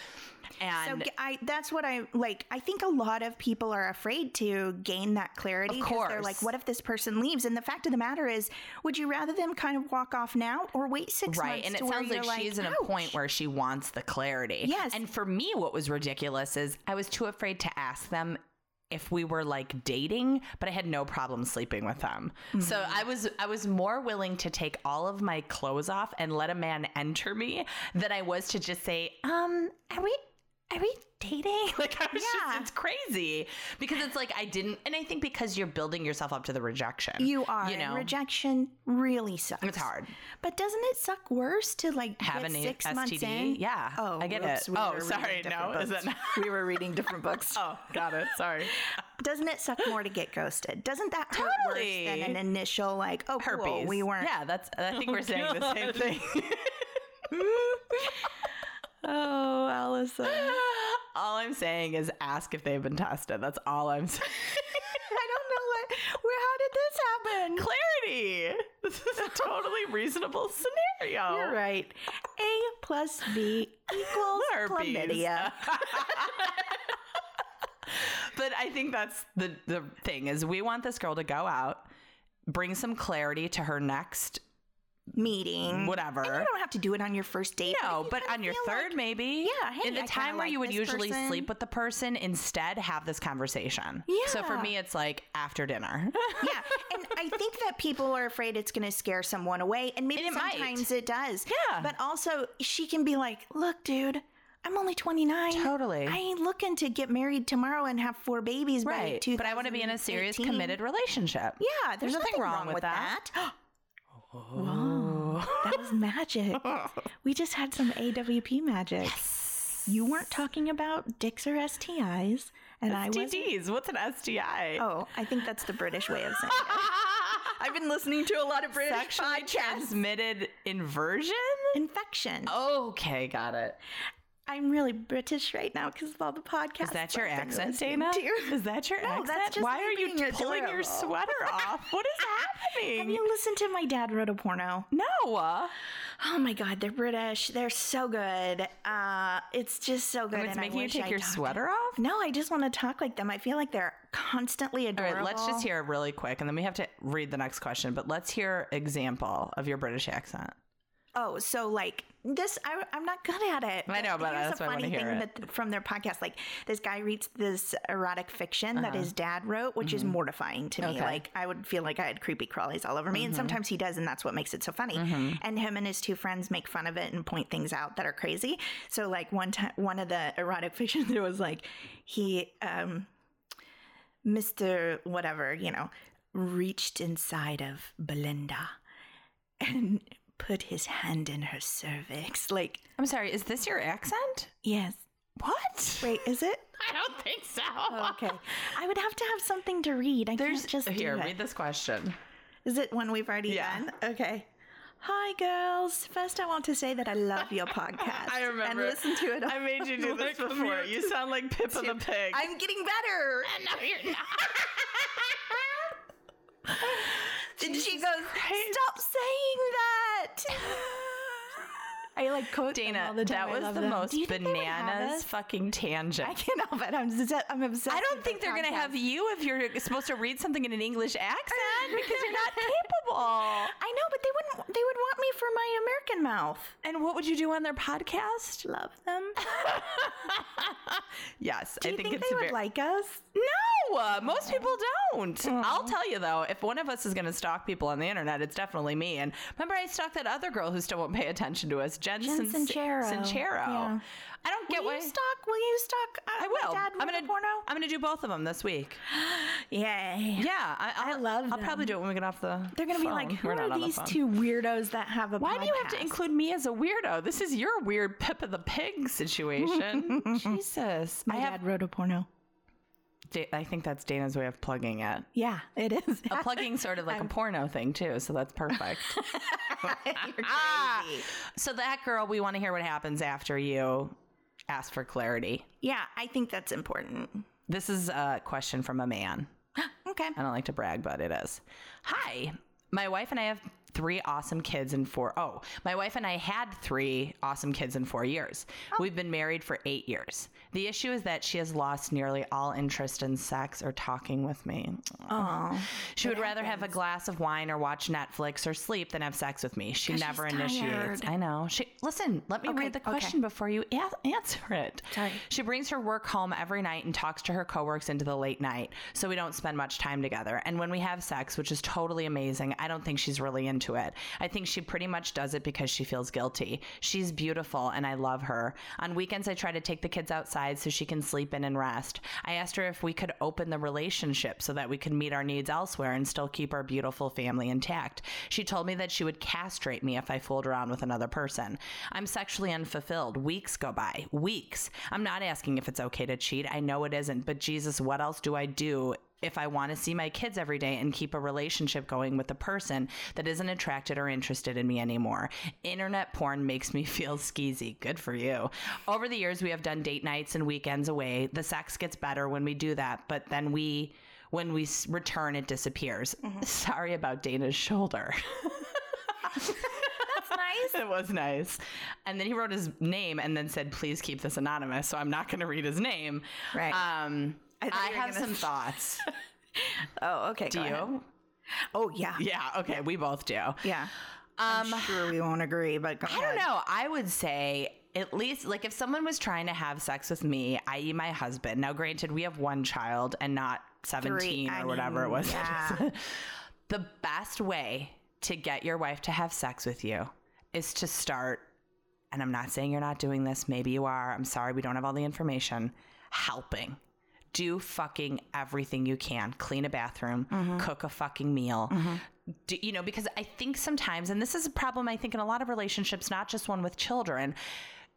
C: So
B: And
C: g- I that's what I like. I think a lot of people are afraid to gain that clarity
B: Of
C: they're
B: course.
C: like, "What if this person leaves?" And the fact of the matter is, would you rather them kind of walk off now or wait six
B: right
C: months?
B: and it
C: to where
B: sounds
C: you're
B: like, she's in a
C: "Ouch."
B: point where she wants the clarity
C: Yes.
B: and for me what was ridiculous is i was too afraid to ask them if we were like dating, but I had no problem sleeping with them. So
C: Mm-hmm.
B: I was I was more willing to take all of my clothes off and let a man enter me than I was to just say, um, are we are we dating? [laughs] Like I was
C: Yeah.
B: just it's crazy. Because it's like I didn't and I think because you're building yourself up to the rejection.
C: You are.
B: You
C: and
B: know.
C: rejection really sucks.
B: it's hard.
C: But doesn't it suck worse to like
B: Have
C: get
B: an
C: six
B: STD?
C: months in?
B: Yeah,
C: Oh,
B: I get
C: oops,
B: it.
C: we
B: Oh,
C: were reading
B: sorry, no,
C: different
B: is
C: books.
B: it not? [laughs]
C: we were reading different books.
B: Oh, got it.
C: [laughs]
B: Sorry.
C: Doesn't it suck more to get ghosted? Doesn't that hurt
B: Totally.
C: worse than an initial like, oh, cool,
B: Herpes.
C: we weren't. Oh,
B: Yeah, that's. I think we're saying the same
C: God.
B: thing.
C: [laughs] Oh, Allison. I
B: [laughs] all I'm saying is ask if they've been tested. That's all I'm [laughs] saying.
C: [laughs] don't know what. Where? How did this happen?
B: Clarity. This is a totally reasonable scenario.
C: You're right. A plus B equals
B: Herpes.
C: [laughs] chlamydia.
B: but I think that's the the thing is we want this girl to go out, bring some clarity to her next
C: Meeting.
B: whatever.
C: Mm. And you don't have to do it on your first date.
B: No,
C: if you
B: but
C: kinda
B: on your
C: feel
B: third,
C: like-
B: maybe.
C: Yeah, hey,
B: In the
C: I kinda
B: time where
C: like
B: you would
C: this
B: usually
C: person.
B: sleep with the person, instead have this conversation. So for
C: Yeah.
B: me, it's like after dinner. [laughs]
C: yeah, [laughs] and I think that people are afraid it's going to scare someone away, and maybe
B: And it might.
C: sometimes it does.
B: Yeah.
C: but also she can be like, "Look, dude, I'm only 29.
B: Totally.
C: I ain't looking to get married tomorrow and have four babies.
B: right.
C: by
B: But I want to be in a serious,
C: 2018."
B: committed relationship.
C: Yeah, there's, nothing, wrong, with that. [gasps] Wow, that was [laughs] magic. we just had some AWP magic. You weren't talking about dicks or STIs, and I was.
B: STDs. What's an STI?
C: Oh, I think that's the British way of saying it. I've been listening to a lot of British
B: Sexually transmitted inversion?
C: [laughs] Infection.
B: Okay, got it.
C: I'm really British right now because of all the podcasts.
B: Is that your
C: I've been
B: accent,
C: listening
B: Dana? [laughs]
C: to. [laughs]
B: Is that your
C: No,
B: accent?
C: that's just
B: Why
C: me
B: are you
C: being
B: pulling your
C: adorable. [laughs]
B: sweater off? What is happening?
C: Have you listened to my dad wrote a porno?
B: no.
C: Oh my god, they're British. They're so good. Uh, it's just so good.
B: It's
C: and I
B: making you
C: wish
B: take
C: I
B: your
C: talked-
B: sweater off?
C: No, I just want to talk like them. I feel like they're constantly
B: All
C: adorable.
B: right, let's just hear it really quick, and then we have to read the next question. But let's hear example of your British accent.
C: Oh, so like this, I, I'm not good at it.
B: I know, but
C: here's
B: that's why
C: a
B: I wanna
C: funny
B: hear
C: thing
B: it.
C: that from their podcast. Like this guy reads this erotic fiction that his dad wrote, which is mortifying to me.
B: Okay.
C: Like I would feel like I had creepy crawlies all over me, and sometimes he does, and that's what makes it so funny. And him and his two friends make fun of it and point things out that are crazy. So like one time, one of the erotic [laughs] fiction there was like he, um, Mister whatever, you know, reached inside of Belinda and put his hand in her cervix. Like,
B: I'm sorry, is this your accent?
C: yes.
B: What?
C: Wait, is it?
B: I don't think so.
D: Oh.
C: Okay. I would have to have something to read. I
B: There's
C: can't just
B: here.
C: do it.
B: Read this question.
C: Is it one we've already
B: Yeah.
C: done? Okay. Hi, girls. First, I want to say that I love [laughs] your podcast.
B: I remember.
C: And listen to it.
B: I made you
C: [laughs]
B: do this before. You sound like Pippa the Pig.
C: I'm getting better.
B: no, you're not.
C: and she goes, Stop saying that. I like quote them all
B: Dana,
C: the
B: that
C: time. I
B: was
C: love
B: the
C: them.
B: most
C: Do you think they would have
B: bananas
C: us?
B: fucking tangent.
C: I can't help it. I'm, obs- I'm obsessed.
B: I don't
C: with
B: think
C: their
B: they're going to
C: podcast.
B: have you if you're supposed to read something in an English accent because you're
C: [laughs]
B: not capable.
C: I know, but they wouldn't. They would want me for my American mouth.
B: And what would you do on their podcast?
C: Love [laughs] them.
B: Yes,
C: Do
B: I
C: you
B: think,
C: think,
B: it's
C: they
B: very.
C: would like us?
B: no, uh, most people don't. I'll tell you though, if one of us is going to stalk people on the internet, it's definitely me. And remember, I stalked that other girl who still won't pay attention to us, Jen,
C: Jen
B: Sin-
C: Sincero.
B: Sincero.
C: Yeah.
B: I don't get
C: Will
B: why.
C: you stalk? Will you stalk? Uh,
B: I will.
C: My dad
B: I'm
C: with
B: gonna.
C: the porno.
B: I'm gonna do both of them this week.
C: Yay.
B: Yeah, I, I'll,
C: love
B: I'll probably do it when we get off the.
C: They're gonna be like,
B: phone.
C: who
B: We're not
C: are
B: on the
C: these
B: phone.
C: two weirdos that have a?
B: Why do you have to
C: podcast?"
B: include me as a weirdo? This is your weird Pippa the Pig
C: [laughs]
B: situation. Jesus,
C: My
B: I have.
C: dad wrote a porno.
B: Da- I think that's Dana's way of plugging it.
C: Yeah, it
B: [laughs]
C: is.
B: A plugging sort of like a porno thing too, so that's perfect. Ah! So that girl, we want to hear what happens after you ask for clarity.
C: yeah, I think that's important. Oh,
B: This is a question from a man.
C: Okay.
B: I don't like to brag, but it is. Hi, my wife and I have three awesome kids in four oh my wife and i had three awesome kids in four years we've been married for eight years the issue is that she has lost nearly all interest in sex or talking with me
C: Oh,
B: she would rather have a glass of wine or watch netflix or sleep than have sex with me she never
C: she's
B: initiates
C: tired.
B: i know she listen let me
C: Okay,
B: read the
C: okay.
B: question before you a- answer it
C: Sorry.
B: she brings her work home every night and talks to her coworkers into the late night, so we don't spend much time together. And when we have sex, which is totally amazing, I don't think she's really into it. I think she pretty much does it because she feels guilty. She's beautiful and I love her. On weekends, I try to take the kids outside so she can sleep in and rest. I asked her if we could open the relationship so that we could meet our needs elsewhere and still keep our beautiful family intact. She told me that she would castrate me if I fooled around with another person. I'm sexually unfulfilled. Weeks go by. Weeks. I'm not asking if it's okay to cheat. I know it isn't, but Jesus, what else do I do? If I want to see my kids every day and keep a relationship going with a person that isn't attracted or interested in me anymore, internet porn makes me [laughs] feel skeezy. Good for you. Over the years, we have done date nights and weekends away. The sex gets better when we do that, but then we, when we s- return, it disappears. Sorry about Dana's shoulder. [laughs]
C: nice.
B: it was nice. And then he wrote his name and then said, please keep this anonymous. So I'm not going to read his name.
C: Right.
B: Um, I,
C: I thought you were
B: have
C: gonna-
B: some
C: [laughs]
B: thoughts.
C: Oh, okay.
B: Do you?
C: Oh, yeah. Yeah.
B: Yeah. Okay. We both do.
C: I'm sure we won't agree, but go
B: I don't know. I would say at least like if someone was trying to have sex with me, i.e. my husband. Now granted, we have one child and not 17 or
C: I
B: whatever it
C: mean,
B: was.
C: yeah.
B: [laughs] the best way to get your wife to have sex with you is to start and I'm not saying you're not doing this, maybe you are. I'm sorry we don't have all the information. Helping. Do fucking everything you can. Clean a bathroom,
C: Mm-hmm.
B: cook a fucking meal, do, you know, because I think sometimes, and this is a problem I think in a lot of relationships, not just one with children,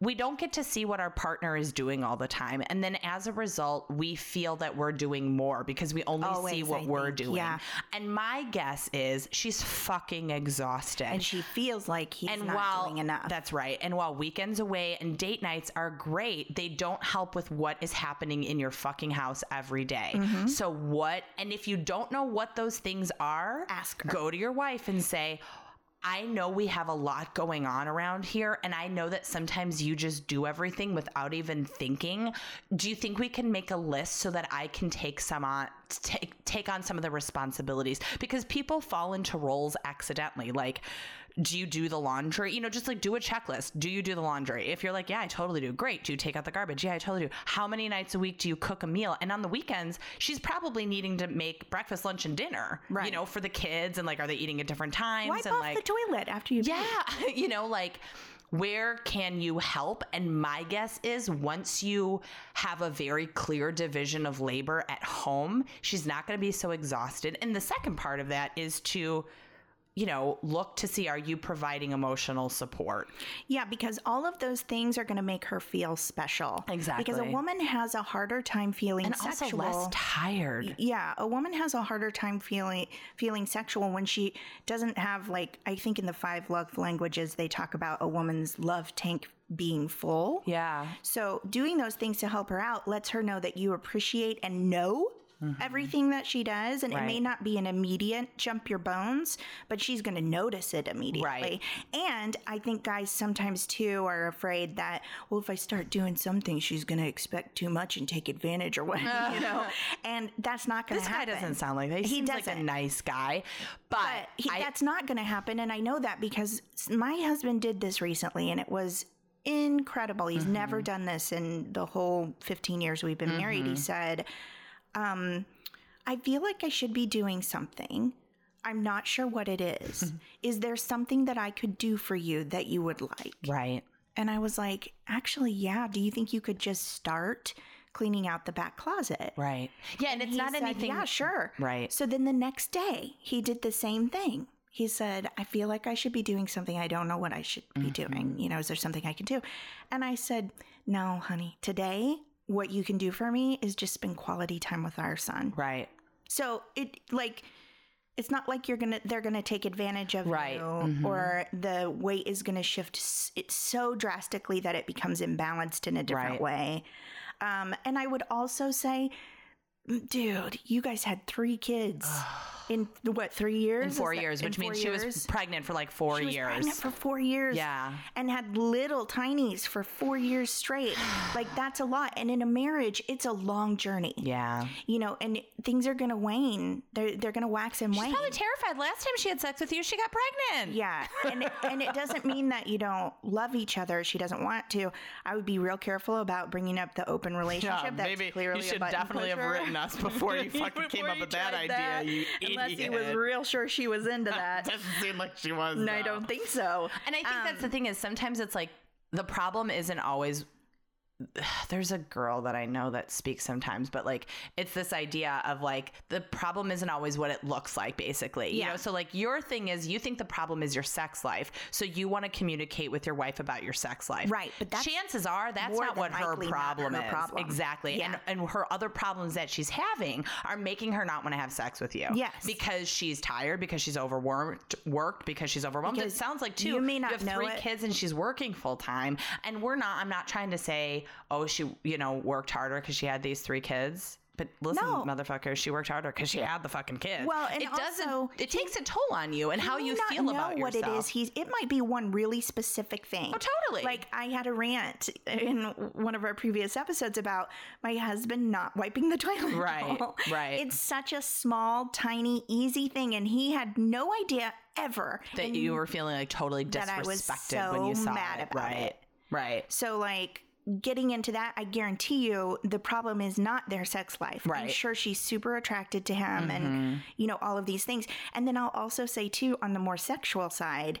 B: we don't get to see what our partner is doing all the time. And then as a result, we feel that we're doing more because we only see
C: Always,
B: what
C: I
B: we're
C: think.
B: doing.
C: Yeah.
B: And my guess is she's fucking exhausted
C: And she feels like he's not doing enough.
B: that's right and while weekends away and date nights are great they don't help with what is happening in your fucking house every day.
C: Mm-hmm.
B: so what and if you don't know what those things are
C: Ask her.
B: go to your wife and say I know we have a lot going on around here, and I know that sometimes you just do everything without even thinking. Do you think we can make a list so that I can take some on take take on some of the responsibilities? Because people fall into roles accidentally. Like, do you do the laundry? You know, just like do a checklist. Do you do the laundry? If you're like, yeah, I totally do. Great. Do you take out the garbage? Yeah, I totally do. How many nights a week do you cook a meal? And on the weekends, she's probably needing to make breakfast, lunch, and dinner. You
C: Right.
B: know, for the kids and like, are they eating at different times?
C: Wipe
B: and
C: off
B: like,
C: the toilet after you.
B: [laughs] yeah, you know, like where can you help? And my guess is once you have a very clear division of labor at home, she's not going to be so exhausted. And the second part of that is to you know, look to see are you providing emotional support?
C: Yeah, because all of those things are going to make her feel special. Because a
B: Exactly.
C: woman has a harder time feeling
B: And
C: sexual.
B: also less tired.
C: yeah, a woman has a harder time feeling feeling sexual when she doesn't have like I think in the five love languages they talk about a woman's love tank being full.
B: Yeah.
C: So doing those things to help her out lets her know that you appreciate and know everything that she does and it may
B: Mm-hmm. Right.
C: not be an immediate jump your bones but she's going to notice it immediately and i think guys sometimes too are afraid that well if i start doing something she's going to expect too much and take advantage or what [laughs] you
B: [laughs]
C: know and that's not going
B: This
C: to
B: guy
C: happen
B: doesn't sound like that. He,
C: He
B: seems like a
C: doesn't.
B: nice guy. But,
C: but he,
B: I,
C: that's not going to happen and i know that because s- my husband did this recently and it was incredible he's
B: Mm-hmm.
C: never done this in the whole 15 years we've been married he said um, i feel like i should be doing something i'm not sure what it
B: [laughs]
C: is is there something that i could do for you that you would like
B: right.
C: and i was like actually yeah do you think you could just start cleaning out the back closet
B: Right. Yeah, and, it's
C: he
B: not
C: said,
B: anything
C: Yeah, sure.
B: Right.
C: So then the next day, he did the same thing. He said, I feel like I should be doing something. I don't know what I should be doing. You know, is there something I can do? And I said, No, honey, today, what you can do for me is just spend quality time with our son.
B: right.
C: So it, like, it's not like you're gonna they're gonna take advantage of
B: Right.
C: you
B: Mhm.
C: or the weight is gonna shift s- it so drastically that it becomes imbalanced in a different
B: Right.
C: way
B: [sighs]
C: um, and i would also say dude you guys had three kids in what three years?
B: in
C: Is
B: four
C: that-
B: years,
C: in
B: which
C: four
B: means she was
C: years?
B: pregnant for like four
C: She was
B: years.
C: pregnant for four years.
B: Yeah.
C: And had little tinies for four years
B: [sighs]
C: straight. like that's a lot. And in a marriage, it's a long journey.
B: yeah.
C: You know, and things are gonna wane. They're they're gonna wax and wane.
B: Probably terrified. Last time she had sex with you, she got pregnant.
C: yeah. And it, and it doesn't mean that you don't love each other. She doesn't want to. I would be real careful about bringing up the open relationship. that's clearly
D: you
C: a
D: should
C: button
D: definitely have
C: pusher.
D: written us before
B: [laughs]
C: [laughs]
D: you fucking came
C: Before
D: up
C: you
D: with that
C: tried
D: idea. You
C: Unless
D: idiot.
C: he was real sure she
D: [laughs]
C: was into
D: [laughs]
C: that.
D: Doesn't seem like she was.
C: and
D: though.
C: I don't think so.
B: And I think that's
C: Um,
B: the thing is sometimes it's like the problem isn't always [sighs] there's a girl that I know that speaks sometimes, but like it's this idea of like the problem isn't always what it looks like, basically. You
C: Yeah.
B: know, so like your thing is you think the problem is your sex life. So you want to communicate with your wife about your sex life.
C: Right, but that's
B: chances are that's
C: more
B: not
C: than
B: what her
C: likely not
B: problem
C: her
B: is.
C: problem.
B: Exactly.
C: Yeah.
B: And and her other problems that she's having are making her not want to have sex with you.
C: Yes.
B: Because she's tired, because she's overworked worked, because she's overwhelmed.
C: Because
B: it sounds like too
C: you may not
B: have
C: know
B: three
C: it.
B: kids kids and she's working full time and we're not i'm not trying to say oh she you know worked harder because she had these three kids but listen
C: No.
B: motherfucker she worked harder because she had the fucking kids
C: Well, and
B: it
C: also,
B: doesn't it takes a toll on you and how
C: may
B: you
C: not
B: feel
C: know
B: about
C: what
B: yourself
C: it is he's it might be one really specific thing oh
B: totally.
C: like i had a rant in one of our previous episodes about my husband not wiping the [laughs] toilet
B: Right,
C: bowl.
B: right.
C: it's such a small tiny easy thing and he had no idea ever
B: that
C: And
B: you were feeling like totally
C: that I was
B: disrespected when you
C: so
B: saw
C: mad
B: it
C: about
B: right
C: it.
B: right
C: so like getting into that i guarantee you the problem is not their sex life i'm
B: Right. Mm-hmm.
C: sure she's super attracted to him and you know all of these things and then i'll also say too on the more sexual side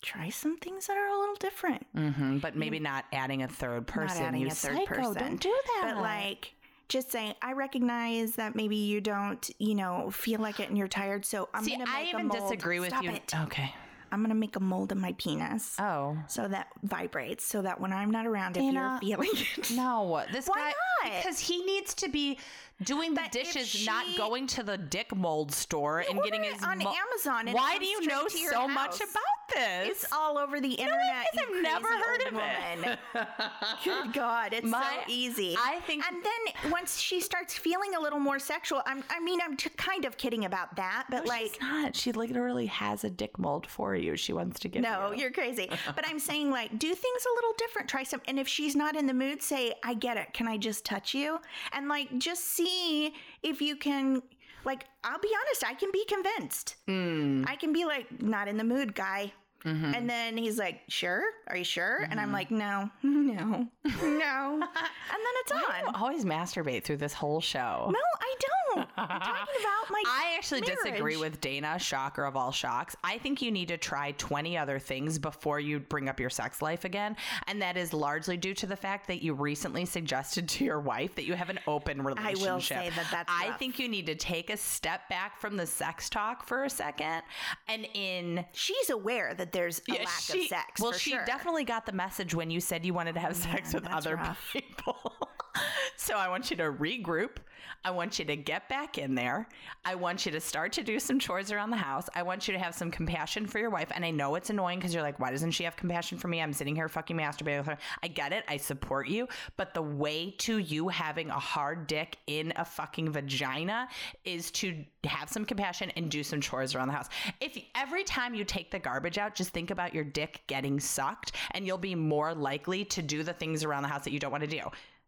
C: try some things that are a little different
B: Mhm. but maybe not adding a third person
C: not adding
B: you
C: a third
B: psycho,
C: person.
B: don't do that
C: But like, just saying, I recognize that maybe you don't, you know, feel like it and you're tired. So I'm
B: see
C: gonna make
B: i
C: a
B: even
C: mold.
B: disagree with
C: Stop
B: you
C: It.
B: okay
C: I'm gonna make a mold of my penis
B: oh
C: so that vibrates, so that when I'm not around,
B: Dana,
C: if you're feeling [laughs] it,
B: No, this
C: Why
B: guy
C: not?
B: because he needs to be doing the
C: But if
B: dishes, not
C: she-
B: going to the dick mold store and
C: order
B: getting
C: it
B: his
C: on
B: mo-
C: Amazon and it
B: Why
C: comes
B: do you
C: straight
B: know
C: to your
B: so much
C: house.
B: about this?
C: it's all over the internet.
B: is.
C: you
B: I've never
C: crazy
B: heard
C: old
B: of it.
C: woman.
B: [laughs]
C: Good God, it's
B: My-
C: so easy.
B: I think-
C: and then once she starts feeling a little more sexual, I'm, I mean, I'm t- kind of kidding about that, but like,
B: She's not. She literally has a dick mold for you. She wants to give
C: No,
B: you.
C: you're crazy. But
B: [laughs]
C: I'm saying like do things a little different. Try some and if she's not in the mood, say, I get it. Can I just touch you? And like just see if you can like I'll be honest, I can be convinced.
B: Hmm.
C: I can be like, not in the mood, guy.
B: Mm-hmm.
C: And then he's like, Sure? Are you sure? And I'm like, No, [laughs]
B: [laughs]
C: no, no. and then it's
B: I
C: on.
B: don't always masturbate through this whole show.
C: No, I don't. I'm talking about my
B: [laughs] I actually disagree
C: marriage.
B: with Dana, shocker of all shocks. I think you need to try 20 other things before you bring up your sex life again. And that is largely due to the fact that you recently suggested to your wife that you have an open
C: I
B: relationship.
C: will say that that's
B: I
C: rough.
B: think you need to take a step back from the sex talk for a second and in.
C: She's aware that there's a
B: Yeah,
C: lack
B: she-
C: of sex.
B: Well,
C: for
B: she
C: sure. Oh,
B: definitely got the message when you said you wanted to have sex with
C: that's
B: other [laughs]
C: rough.
B: people. [laughs] so I want you to regroup. I want you to get back in there. I want you to start to do some chores around the house. I want you to have some compassion for your wife. And I know it's annoying because you're like, why doesn't she have compassion for me? I'm sitting here fucking masturbating with her. I get it. I support you. But the way to you having a hard dick in a fucking vagina is to have some compassion and do some chores around the house. If every time you take the garbage out, just think about your dick getting sucked and you'll be more likely to do the things around the house that you don't want to do.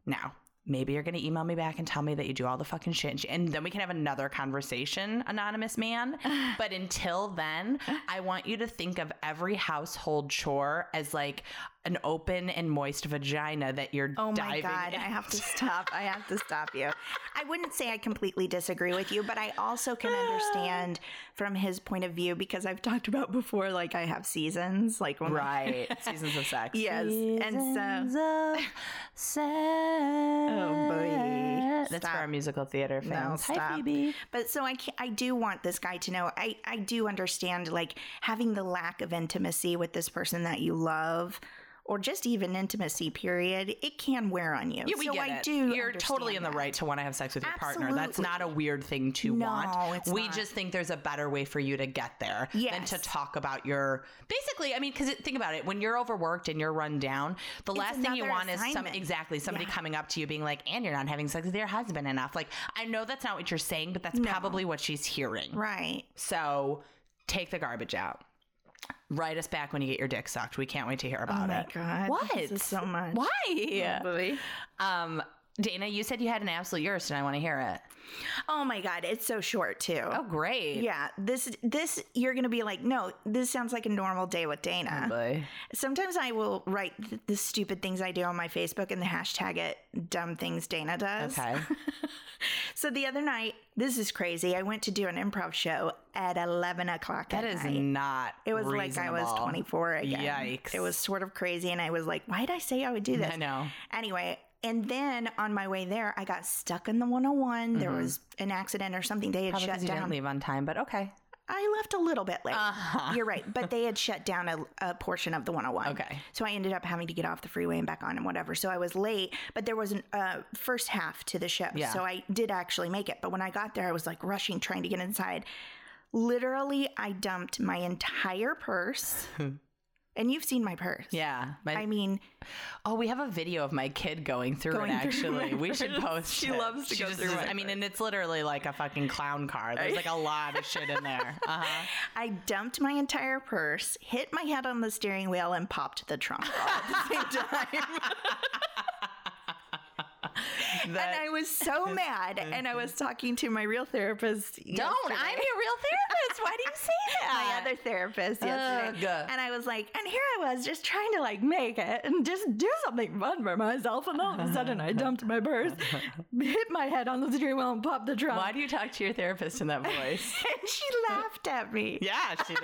B: Now, maybe you're going to email me back and tell me that you do all the fucking shit. And, sh- and then we can have another conversation, anonymous
C: [sighs]
B: man. but until then, I want you to think of every household chore as like an open and moist vagina that you're
C: Oh my
B: diving
C: god,
B: in. [laughs]
C: I have to stop. I have to stop you. I wouldn't say I completely disagree with you, but I also can understand from his point of view because I've talked about before like I have seasons, like when [laughs]
B: Right. Seasons of sex.
C: Yes. And so
B: Oh,
C: boy.
B: That's
C: Stop.
B: for our musical theater
C: No,
B: fans. Hi,
C: stop.
B: Phoebe.
C: But so I can, I do want this guy to know. I I do understand like having the lack of intimacy with this person that you love or just even intimacy period, it can wear on you.
B: Yeah, we
C: so
B: get
C: I
B: it.
C: do.
B: You're totally
C: understand
B: in the
C: that.
B: right to want to have sex with your partner. That's not a
C: Absolutely.
B: weird thing to
C: No,
B: want.
C: it's
B: we
C: not.
B: just think there's a better way for you to get there than to
C: Yes.
B: talk about your. Basically, I mean, because think about it. When you're overworked and you're run down, the last thing you
C: another
B: want is some
C: assignment.
B: exactly somebody
C: Yeah.
B: coming up to you being like, "And you're not having sex with your husband enough." Like, I know that's not what you're saying, but that's
C: No.
B: probably what she's hearing.
C: Right.
B: So take the garbage out. Write us back when you get your dick sucked. We can't wait to hear about
C: oh my
B: it.
C: god. This
B: What?
C: is so much.
B: Why?
C: Probably.
B: Um, Dana, you said you had an absolute yours, and I want to hear it.
C: Oh my god, it's so short too.
B: Oh, great.
C: Yeah, this this you're gonna be like, no, this sounds like a normal day with Dana.
B: Boy.
C: Sometimes I will write th- the stupid things I do on my Facebook and hashtag it dumb things Dana does. [laughs]
B: Okay.
C: So the other night, this is crazy. I went to do an improv show at eleven o'clock.
B: That
C: at
B: is
C: night.
B: not.
C: It was like I was
B: reasonable.
C: 24 again.
B: Yikes.
C: It was sort of crazy. And I was like, why did I say I would do
B: [laughs]
C: this?
B: I know.
C: Anyway, and then on my way there, I got stuck in the 101. There
B: Mm-hmm.
C: was an accident or something. They had
B: Probably
C: shut
B: because you didn't
C: down.
B: leave on time, but okay.
C: I left a little bit late.
B: Uh-huh.
C: You're right. But they had shut down a, a portion of the 101.
B: Okay.
C: So I ended up having to get off the freeway and back on and whatever. So I was late, but there was a uh, first half to the show.
B: Yeah.
C: So I did actually make it. But when I got there, I was like rushing, trying to get inside. Literally, I dumped my
B: [laughs]
C: entire purse. and you've seen my purse.
B: Yeah. My,
C: I mean,
B: oh, we have a video of my kid going through
C: Going
B: it.
C: through my
B: Actually, we should post.
C: She
B: it.
C: loves to go
B: just
C: through
B: is-
C: my
B: I mean, and it's literally like a fucking clown
C: [laughs]
B: car. There's like a lot of shit in there. Uh huh.
C: I dumped my entire purse, hit my head on the steering wheel, and popped the trunk all at
B: [laughs]
C: the same time.
B: That-
C: and I was
B: [laughs]
C: so mad. And I was talking to my real therapist.
B: Don't. I'm
C: yesterday.
B: your real
C: [laughs]
B: therapist. Why do you say
C: my
B: that?
C: other therapist yesterday.
B: Ugh.
C: And I was like, and here I was just trying to like make it and just do something fun for myself. And all of a sudden I dumped
B: [laughs]
C: my purse, hit my head on the steering wheel and popped the trunk.
B: Why do you talk to your therapist in that voice?
C: [laughs] And she laughed at me.
B: yeah, she did.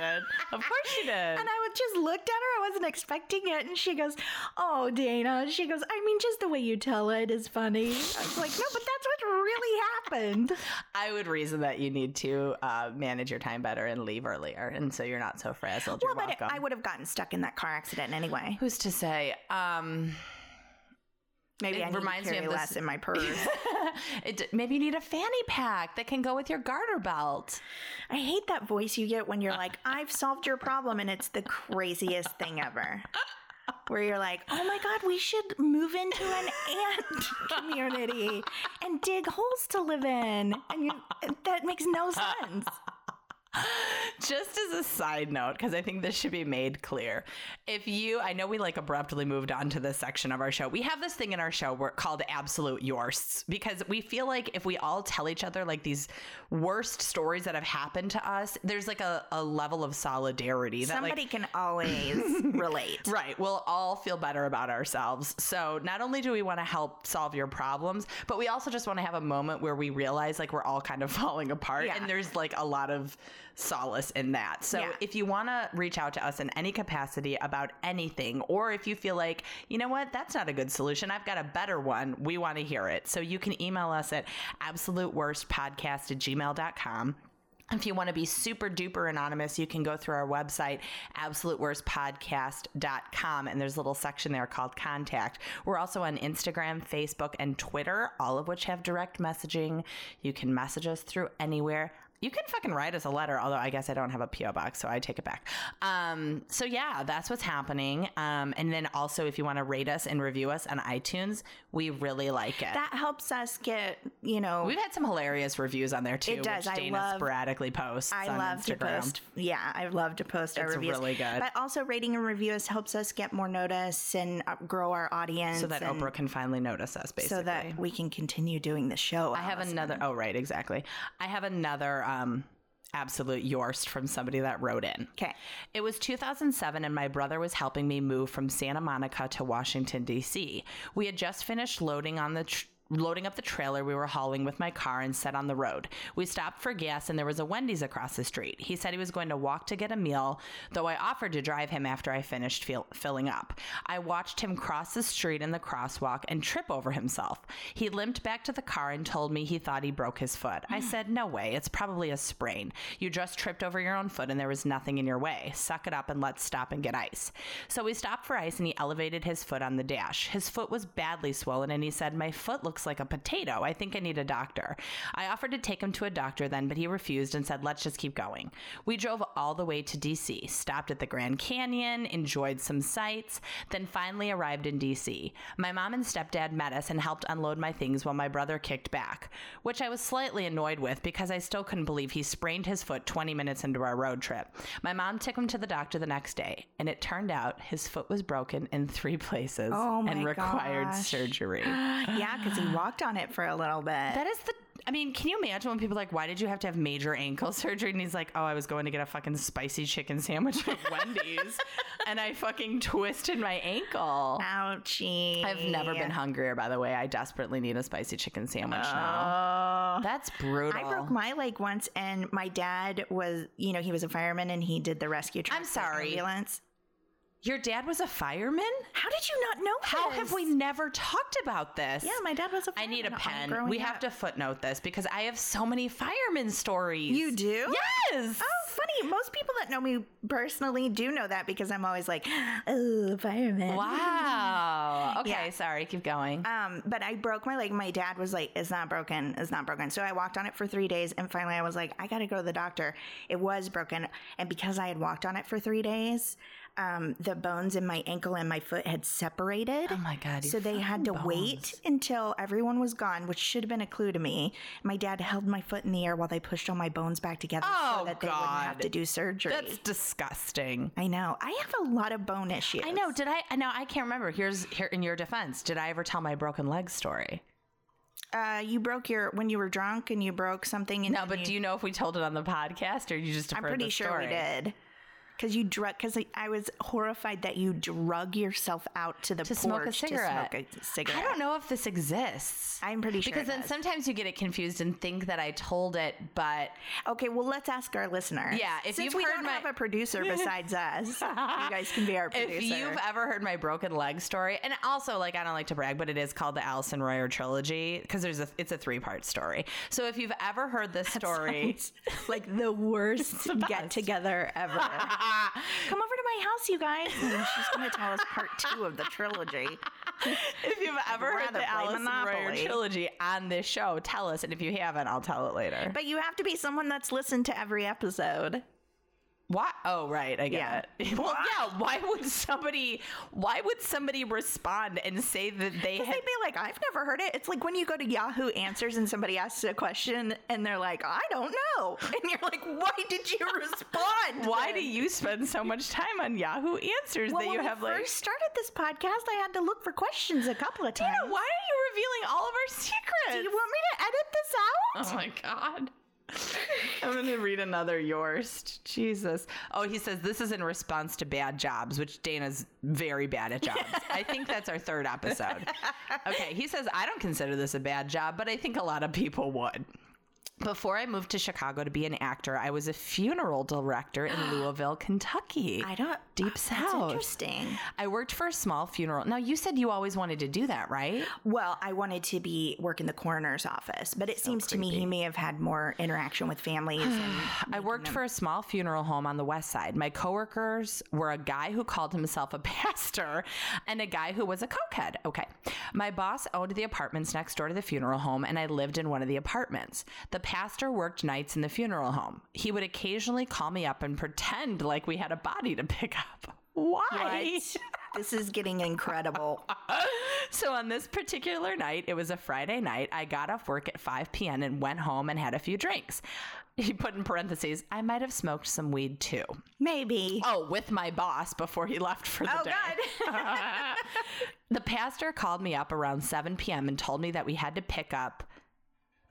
B: Of course she did.
C: And I would just looked at her. I wasn't expecting it. And she goes, Oh, Dana. She goes, I mean, just the way you tell it is funny. I was like, No, but that's what really happened.
B: I would reason that you need to uh, manage your time better and leave earlier, and so you're not so frazzled. You're
C: Well, but
B: welcome.
C: I would have gotten stuck in that car accident anyway.
B: Who's to say? Um, [laughs]
C: Maybe
B: It
C: I need
B: reminds
C: to
B: me
C: carry
B: of this-
C: less in
B: [laughs]
C: my purse.
B: it, maybe you need a fanny pack that can go with your garter belt.
C: I hate that voice you get when you're like, I've solved your problem, and it's the craziest thing ever. Where you're like, oh my God, we should move into an ant [laughs] community and dig holes to live in. And you, that makes
B: [laughs]
C: no sense.
B: Just as a side note, because I think this should be made clear. If you, I know we like abruptly moved on to this section of our show. We have this thing in our show where, called Absolute Yours because we feel like if we all tell each other like these worst stories that have happened to us, there's like a, a level of solidarity that like,
C: Somebody can always relate.
B: [laughs] Right. We'll all feel better about ourselves. So, not only do we want to help solve your problems, but we also just want to have a moment where we realize like we're all kind of [laughs] falling apart
C: Yeah.
B: and there's like a lot of solace in that. So,
C: Yeah.
B: if you want to reach out to us in any capacity about anything, or if you feel like, you know what, that's not a good solution, I've got a better one, we want to hear it. So, you can email us at absoluteworstpodcast at gmail.com. If you want to be super duper anonymous, you can go through our website, absoluteworstpodcast.com, and there's a little section there called contact. We're also on Instagram, Facebook, and Twitter, all of which have direct messaging. You can message us through anywhere. You can fucking write us a letter, although I guess I don't have a P.O. box, so I take it back. Um, so, yeah, that's what's happening. Um, and then also, if you want to rate us and review us on iTunes, we really like it.
C: That helps us get, you know,
B: We've had some hilarious reviews on there too,
C: It does.
B: which
C: I
B: Dana
C: love-
B: sporadically posts.
C: I
B: on
C: love to
B: Instagram.
C: post. Yeah, I love to post our
B: It's
C: reviews.
B: really good.
C: But also rating and reviews helps us get more notice and uh, grow our audience.
B: so that
C: and
B: Oprah can finally notice us. Basically,
C: so that we can continue doing the show.
B: I have another. Oh, right, exactly. I have another um, absolute yorst from somebody that wrote in.
C: Okay.
B: It was 2007, and my brother was helping me move from Santa Monica to Washington D.C. We had just finished loading on the. Tr- loading up the trailer we were hauling with my car and set on the road. We stopped for gas and there was a Wendy's across the street. He said he was going to walk to get a meal, though I offered to drive him after I finished fill- filling up. I watched him cross the street in the crosswalk and trip over himself. He limped back to the car and told me he thought he broke his foot. I said, No way, it's probably a sprain. You just tripped over your own foot and there was nothing in your way. Suck it up and let's stop and get ice. So we stopped for ice and he elevated his foot on the dash. His foot was badly swollen and he said, My foot looks like a potato. I think I need a doctor. I offered to take him to a doctor then, but he refused and said, Let's just keep going. We drove all the way to DC, stopped at the Grand Canyon, enjoyed some sights, then finally arrived in DC. My mom and stepdad met us and helped unload my things while my brother kicked back, which I was slightly annoyed with because I still couldn't believe he sprained his foot 20 minutes into our road trip. My mom took him to the doctor the next day, and it turned out his foot was broken in three places
C: Oh my
B: and required
C: gosh. [gasps]
B: surgery. [gasps]
C: yeah, because he walked on it for a little bit.
B: That is the. I mean, can you imagine when people are like, why did you have to have major ankle [laughs] surgery? And he's like, oh, I was going to get a fucking spicy chicken sandwich
C: [laughs]
B: from Wendy's and I fucking twisted my ankle.
C: Ouchie.
B: I've never been hungrier, by the way. I desperately need a spicy chicken sandwich now.
C: Oh.
B: That's brutal.
C: I broke my leg once, and my dad was, you know, he was a fireman, and he did the rescue. truck
B: I'm
C: for
B: sorry.
C: ambulance.
B: Your dad was a fireman?
C: How did you not know?
B: How
C: this?
B: have we never talked about this?
C: Yeah, my dad was a
B: I
C: fireman.
B: need a
C: all
B: pen.
C: growing
B: We have
C: up.
B: to footnote this because I have so many fireman stories.
C: You do?
B: Yes.
C: Oh, funny. Most people that know me personally do know that because I'm always like, oh, fireman.
B: Wow. Okay,
C: [laughs] Yeah.
B: sorry. Keep going.
C: Um, but I broke my leg. My dad was like, "It's not broken. It's not broken." So I walked on it for three days, and finally, I was like, "I got to go to the doctor." It was broken, and because I had walked on it for three days, um, the bones in my ankle and my foot had separated.
B: oh my god.
C: so
B: your
C: they had to
B: fucking bones.
C: wait until everyone was gone, which should have been a clue to me. My dad held my foot in the air while they pushed all my bones back together
B: Oh,
C: so that they wouldn't have
B: God.
C: to do surgery.
B: That's disgusting.
C: I know. I have a lot of bone issues.
B: I know. Did I? I know. I can't remember. Here's here in your defense. Did I ever tell my broken leg story?
C: Uh, you broke your when you were drunk, and you broke something. And
B: No, but do you know if we told it on the podcast or you just?
C: I'm
B: deferred
C: pretty
B: the
C: sure
B: story?
C: we did. Because you drug, because I was horrified that you drug yourself out to the
B: To
C: porch
B: smoke a cigarette.
C: to smoke a cigarette.
B: I don't know if this exists.
C: I'm pretty sure
B: because
C: it
B: then
C: does.
B: sometimes you get it confused and think that I told it, but
C: Okay, well, let's ask our listener.
B: Yeah, if
C: Since
B: you've
C: we
B: heard
C: don't
B: my-
C: have a
B: [laughs]
C: producer besides us, you guys can be our producer.
B: If you've ever heard my broken leg story, and also like I don't like to brag, but it is called the Allison Royer trilogy because there's a it's a three part story. So if you've ever heard this story,
C: Sounds like the worst get
B: best.
C: together
B: [laughs]
C: ever. Come over to my house, you guys. And she's going to tell us part two of the trilogy.
B: [laughs] if you've ever heard
C: rather
B: the
C: play
B: Allison Royer
C: Monopoly.
B: trilogy on this show, tell us. And if you haven't, I'll tell it later.
C: But you have to be someone that's listened to every episode.
B: Why? Oh, right, I get
C: Yeah.
B: it. [laughs] well, yeah. Why would somebody? Why would somebody respond and say that they
C: Because
B: had?
C: they'd be like, I've never heard it. It's like when you go to Yahoo Answers and somebody asks a question and they're like, I don't know. And you're like, why
B: [laughs]
C: did you respond?
B: Why do
C: then?"
B: you spend so much time on Yahoo Answers
C: Well,
B: that you
C: when
B: have
C: we
B: like?
C: first started this podcast, I had to look for questions a couple of times.
B: Yeah, why are [laughs] you revealing all of our secrets?
C: do you want me to edit this out?
B: Oh my god. I'm going to read another yours. Jesus. Oh, he says this is in response to bad jobs, which Dana's very bad at
C: [laughs]
B: jobs. I think that's our third episode. Okay, he says I don't consider this a bad job, but I think a lot of people would. Before I moved to Chicago to be an actor, I was a funeral director
C: [gasps]
B: in Louisville, Kentucky.
C: I don't.
B: Deep
C: That's
B: South.
C: interesting.
B: I worked for a small funeral. Now, you said you always wanted to do that, right?
C: Well, I wanted to be work in the coroner's office, but it seems to me he may have had more interaction with
B: [sighs]
C: families. And
B: I worked for a small funeral home on the west side. My coworkers were a guy who called himself a [laughs] pastor and a guy who was a cokehead. Okay. My boss owned the apartments next door to the funeral home, and I lived in one of the apartments. The pastor worked nights in the funeral home. He would occasionally call me up and pretend like we had a body to pick up. Why?
C: What? this is getting incredible.
B: [laughs] So on this particular night, it was a Friday night. I got off work at 5 p.m. and went home and had a few drinks. He put in parentheses, I might have smoked some weed too.
C: Maybe.
B: Oh, with my boss before he left for the
C: Oh,
B: day.
C: God. [laughs]
B: The pastor called me up around 7 p.m. and told me that we had to pick up.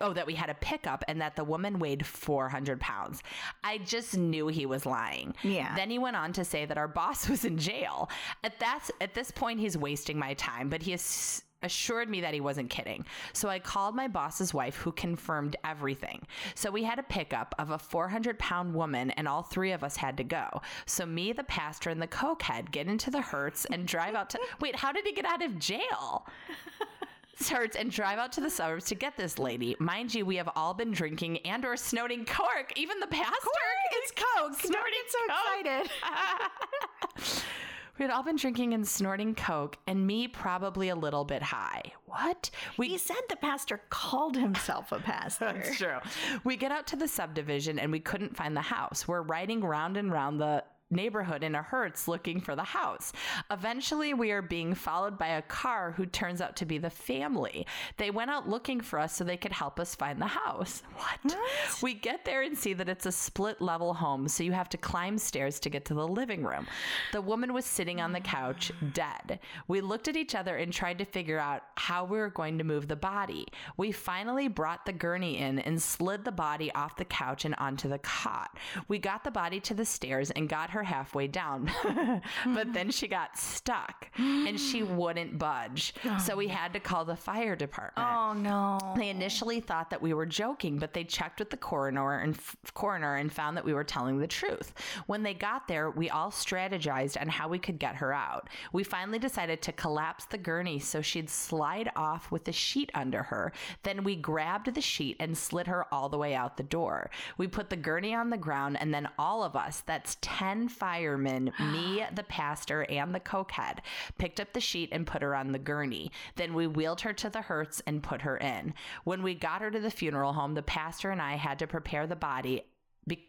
B: Oh, that we had a pickup and that the woman weighed 400 pounds. I just knew he was lying.
C: Yeah.
B: Then he went on to [laughs] say that our boss was in jail. At that, at this point, he's wasting my time, but he is. assured me that he wasn't kidding. So I called my boss's wife, who confirmed everything. So we had a pickup of a 400 pound woman, and all three of us had to go. So me, the pastor, and the cokehead get into the Hertz and drive out to. Wait, how did he get out of jail? Hertz and drive out to the suburbs to get this lady. Mind you, we have all been drinking and or snorting cork. Even the pastor is coke. Snorting
C: so
B: coke. [laughs]
C: excited.
B: We had all been drinking and snorting coke, and me probably a little bit high. What? We
C: He said the pastor called himself a pastor.
B: It's true. We get out to the subdivision and we couldn't find the house. We're riding round and round the neighborhood in a hertz looking for the house. Eventually, we are being followed by a car who turns out to be the family. They went out looking for us so they could help us find the house. What? We get there and see that it's a split level home, so you have to climb stairs to get to the living room. The woman was sitting on the couch, dead. We looked at each other and tried to figure out how we were going to move the body. We finally brought the gurney in and slid the body off the couch and onto the cot. We got the body to the stairs and got her halfway down, [laughs] but then she got stuck and she wouldn't budge. So we had to call the fire department.
C: Oh no.
B: They initially thought that we were joking, but they checked with the coroner and f- coroner and found that we were telling the truth. When they got there, we all strategized on how we could get her out. We finally decided to collapse the gurney so she'd slide off with the sheet under her. Then we grabbed the sheet and slid her all the way out the door. We put the gurney on the ground and then all of us, that's 10
C: [gasps]
B: firemen, me, the pastor, and the cokehead, picked up the sheet and put her on the gurney. Then we wheeled her to the Hertz and put her in. When we got her to the funeral home, the pastor and I had to prepare the body be-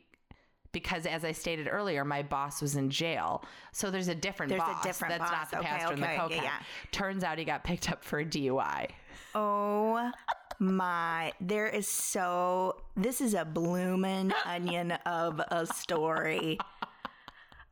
B: because, as I stated earlier, my boss was in jail. So there's a different
C: There's a
B: boss.
C: different
B: That's not
C: boss.
B: the
C: Okay,
B: pastor
C: okay,
B: and the cokehead.
C: yeah, yeah.
B: Turns out he got picked up for a DUI.
C: Oh my. There is so this is a bloomin' onion of a story.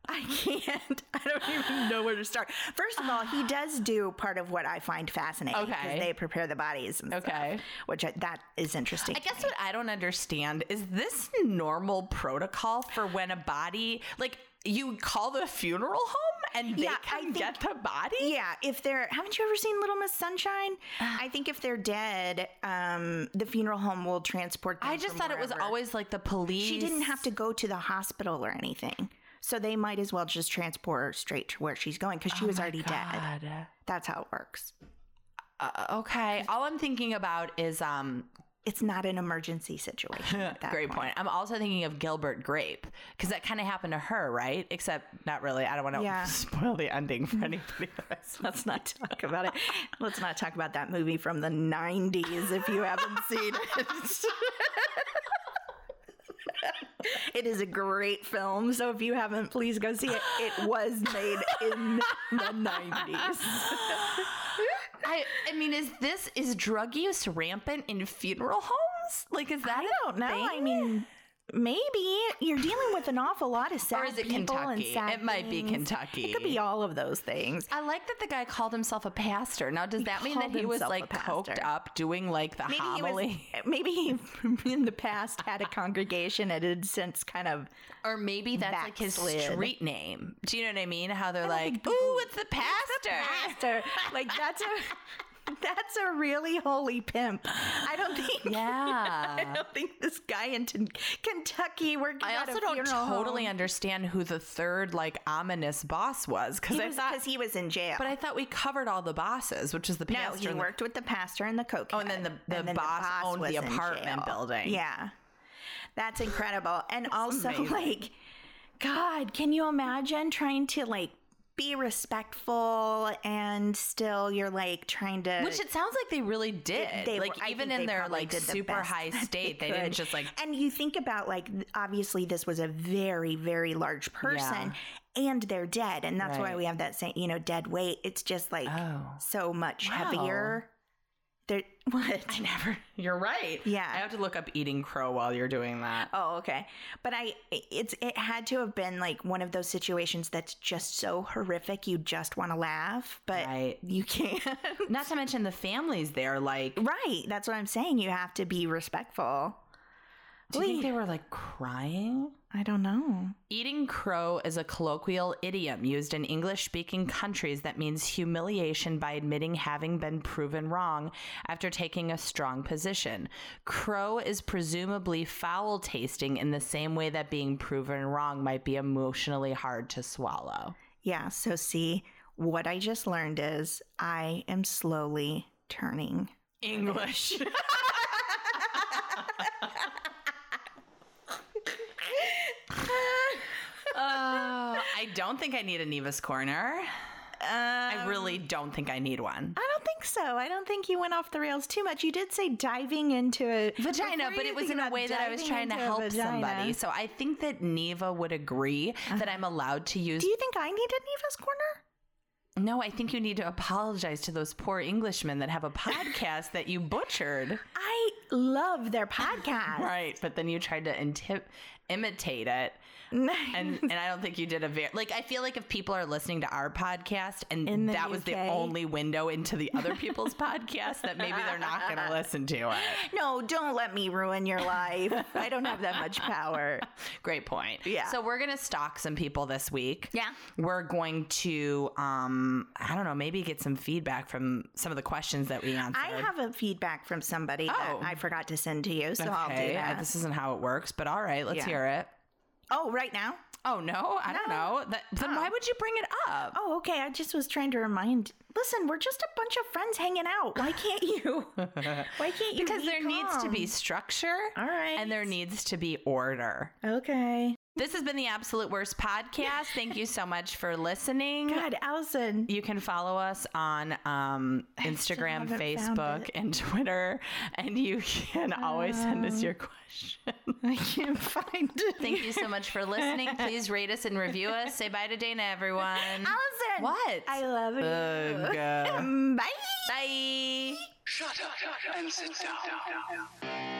C: I can't. [laughs] I don't even know where to start. First of all, he does do part of what I find fascinating. 'cause
B: Okay.
C: They prepare the bodies. and stuff,
B: Okay.
C: which I, that is interesting.
B: I guess what I don't understand is this normal protocol for when a body, like, you call the funeral home and they
C: Yeah, I
B: come get the body?
C: Yeah, if they're haven't you ever seen Little Miss Sunshine?
B: [sighs]
C: I think if they're dead, um, the funeral home will transport them.
B: I just
C: from
B: thought it was
C: wherever.
B: always like the police.
C: she didn't have to go to the hospital or anything. So they might as well just transport her straight to where she's going because she was already dead.
B: God.
C: That's how it works.
B: Uh, okay. All I'm thinking about is um.
C: It's not an emergency [laughs] situation. at that
B: Great point. I'm also thinking of Gilbert Grape because that kind of happened to her, right? Except not really. I don't want to [laughs]
C: Yeah.
B: spoil the ending for anybody. else.
C: Let's not talk about it. [laughs] Let's not talk about that movie from the 90s if you haven't seen it. [laughs] it is a great film. So if you haven't, please go see it. It was made in the [laughs] 90s.
B: [laughs] I I mean, is this is drug use rampant in funeral homes? Like, is that
C: I don't know. I
B: thing?
C: mean, maybe you're dealing with an awful lot of sad
B: or is it
C: people and
B: Kentucky?
C: sad
B: It might be
C: things.
B: Kentucky. Uh,
C: It could be all of those things.
B: I like that the guy called himself a pastor. Now, does that mean that
C: called
B: he was
C: himself a
B: like coked
C: pastor.
B: up doing like the
C: Maybe
B: homily?
C: he was, [laughs] maybe he in the past had a congregation and had since kind of
B: [laughs] Or maybe that's like his
C: Backslid.
B: street name. Do you know what I mean? How they're like,
C: think people-
B: ooh, it's the [laughs] pastor.
C: pastor. like that's a [laughs] that's a really holy pimp. I don't think. [laughs] I
B: [laughs] Yeah.
C: don't think this guy in Ten- Kentucky working.
B: I
C: at a
B: also don't
C: funeral
B: totally
C: home.
B: understand who the third like ominous boss was because I
C: He was-
B: thought,
C: he was in jail.
B: but I thought we covered all the bosses, which is the
C: no,
B: pastor.
C: he
B: and the-
C: worked with the pastor and the coke.
B: Oh, and then the- the boss owned the apartment building.
C: Yeah, that's incredible. And also, [laughs]
B: amazing.
C: like, God, can you imagine trying to like be respectful and still you're like trying to
B: which it sounds like they really did.
C: they
B: like
C: were- I
B: even in
C: think they
B: their
C: probably
B: like
C: did the
B: super
C: best
B: high
C: that they
B: state, [laughs] they, didn't
C: could.
B: just like
C: And you think about like th- obviously this was a very very large person, and they're dead, and that's
B: Right.
C: why we have that saying, you know, dead weight. It's just like
B: oh.
C: so much
B: Wow.
C: heavier. They're [laughs] what?
B: I never. [laughs] You're right.
C: Yeah.
B: I have to look up eating crow while you're doing that.
C: Oh, okay. But I, it's it had to have been like one of those situations that's just so horrific you just want to laugh, but
B: Right.
C: you can't. [laughs]
B: Not to mention the families there, like
C: right. That's what I'm saying. You have to be respectful.
B: Do you think
C: Lee.
B: they were like crying?
C: I don't know.
B: Eating crow is a colloquial idiom used in English speaking countries that means humiliation by admitting having been proven wrong after taking a strong position. Crow is presumably foul tasting in the same way that being proven wrong might be emotionally hard to swallow.
C: Yeah, so see, what I just learned is I am slowly turning.
B: [laughs]
C: Uh,
B: English. I don't think I need a Nevis corner.
C: Um,
B: I really don't think I need one.
C: I don't think so. I don't think you went off the rails too much. You did say diving into a
B: Vagina,
C: Before
B: but
C: you
B: it was
C: think
B: in a
C: about
B: way that I was
C: diving
B: trying to
C: into a
B: help
C: vagina, Uh-huh.
B: somebody. So I think that Neva would agree that I'm allowed to use.
C: Do you think I need a Neva's corner?
B: no, I think you need to apologize to those poor Englishmen that have
C: [laughs]
B: a podcast that you butchered.
C: I love their
B: [laughs]
C: podcast.
B: Right, but then you tried to inti- imitate it, and and I don't think you did a very like. I feel like if people are listening to our podcast,
C: In
B: and
C: the
B: that was the
C: UK.
B: only window into the other
C: [laughs]
B: people's podcast, that maybe they're not going to listen to it.
C: [laughs] No, don't let me ruin your life. I don't have that
B: [laughs]
C: much power.
B: Great point.
C: Yeah.
B: So we're gonna stalk some people this week. Yeah. We're going to, um, I don't know, maybe get some feedback from some of the questions that we answered.
C: I have a feedback from somebody that
B: Oh.
C: I forgot to send to you, so I'll do
B: Okay, I-
C: that.
B: This isn't how it works, but all right, let's
C: Yeah.
B: hear it.
C: Oh, right now?
B: Oh no, I don't
C: No.
B: know. That, then why would you bring it up?
C: Oh, okay. I just was trying to remind. Listen, we're just a bunch of friends hanging out. Why
B: [laughs]
C: can't you? Why can't you?
B: because
C: be
B: there needs to
C: calm?
B: be structure
C: All right.
B: and there needs to be order.
C: Okay.
B: This has been the Absolute Worst Podcast. Thank you so much for listening.
C: God, Allison.
B: You can follow us on um,
C: still
B: Instagram,
C: haven't found
B: Facebook,
C: it.
B: and Twitter. And you can always send us your questions.
C: [laughs] I can't find it.
B: Um. Thank you so much for listening. Please rate us and review us. Say bye to Dana, everyone.
C: [laughs] Allison.
B: What?
C: I love you.
B: Ugh.
C: [laughs] Bye.
B: Bye.
A: Shut up and sit down.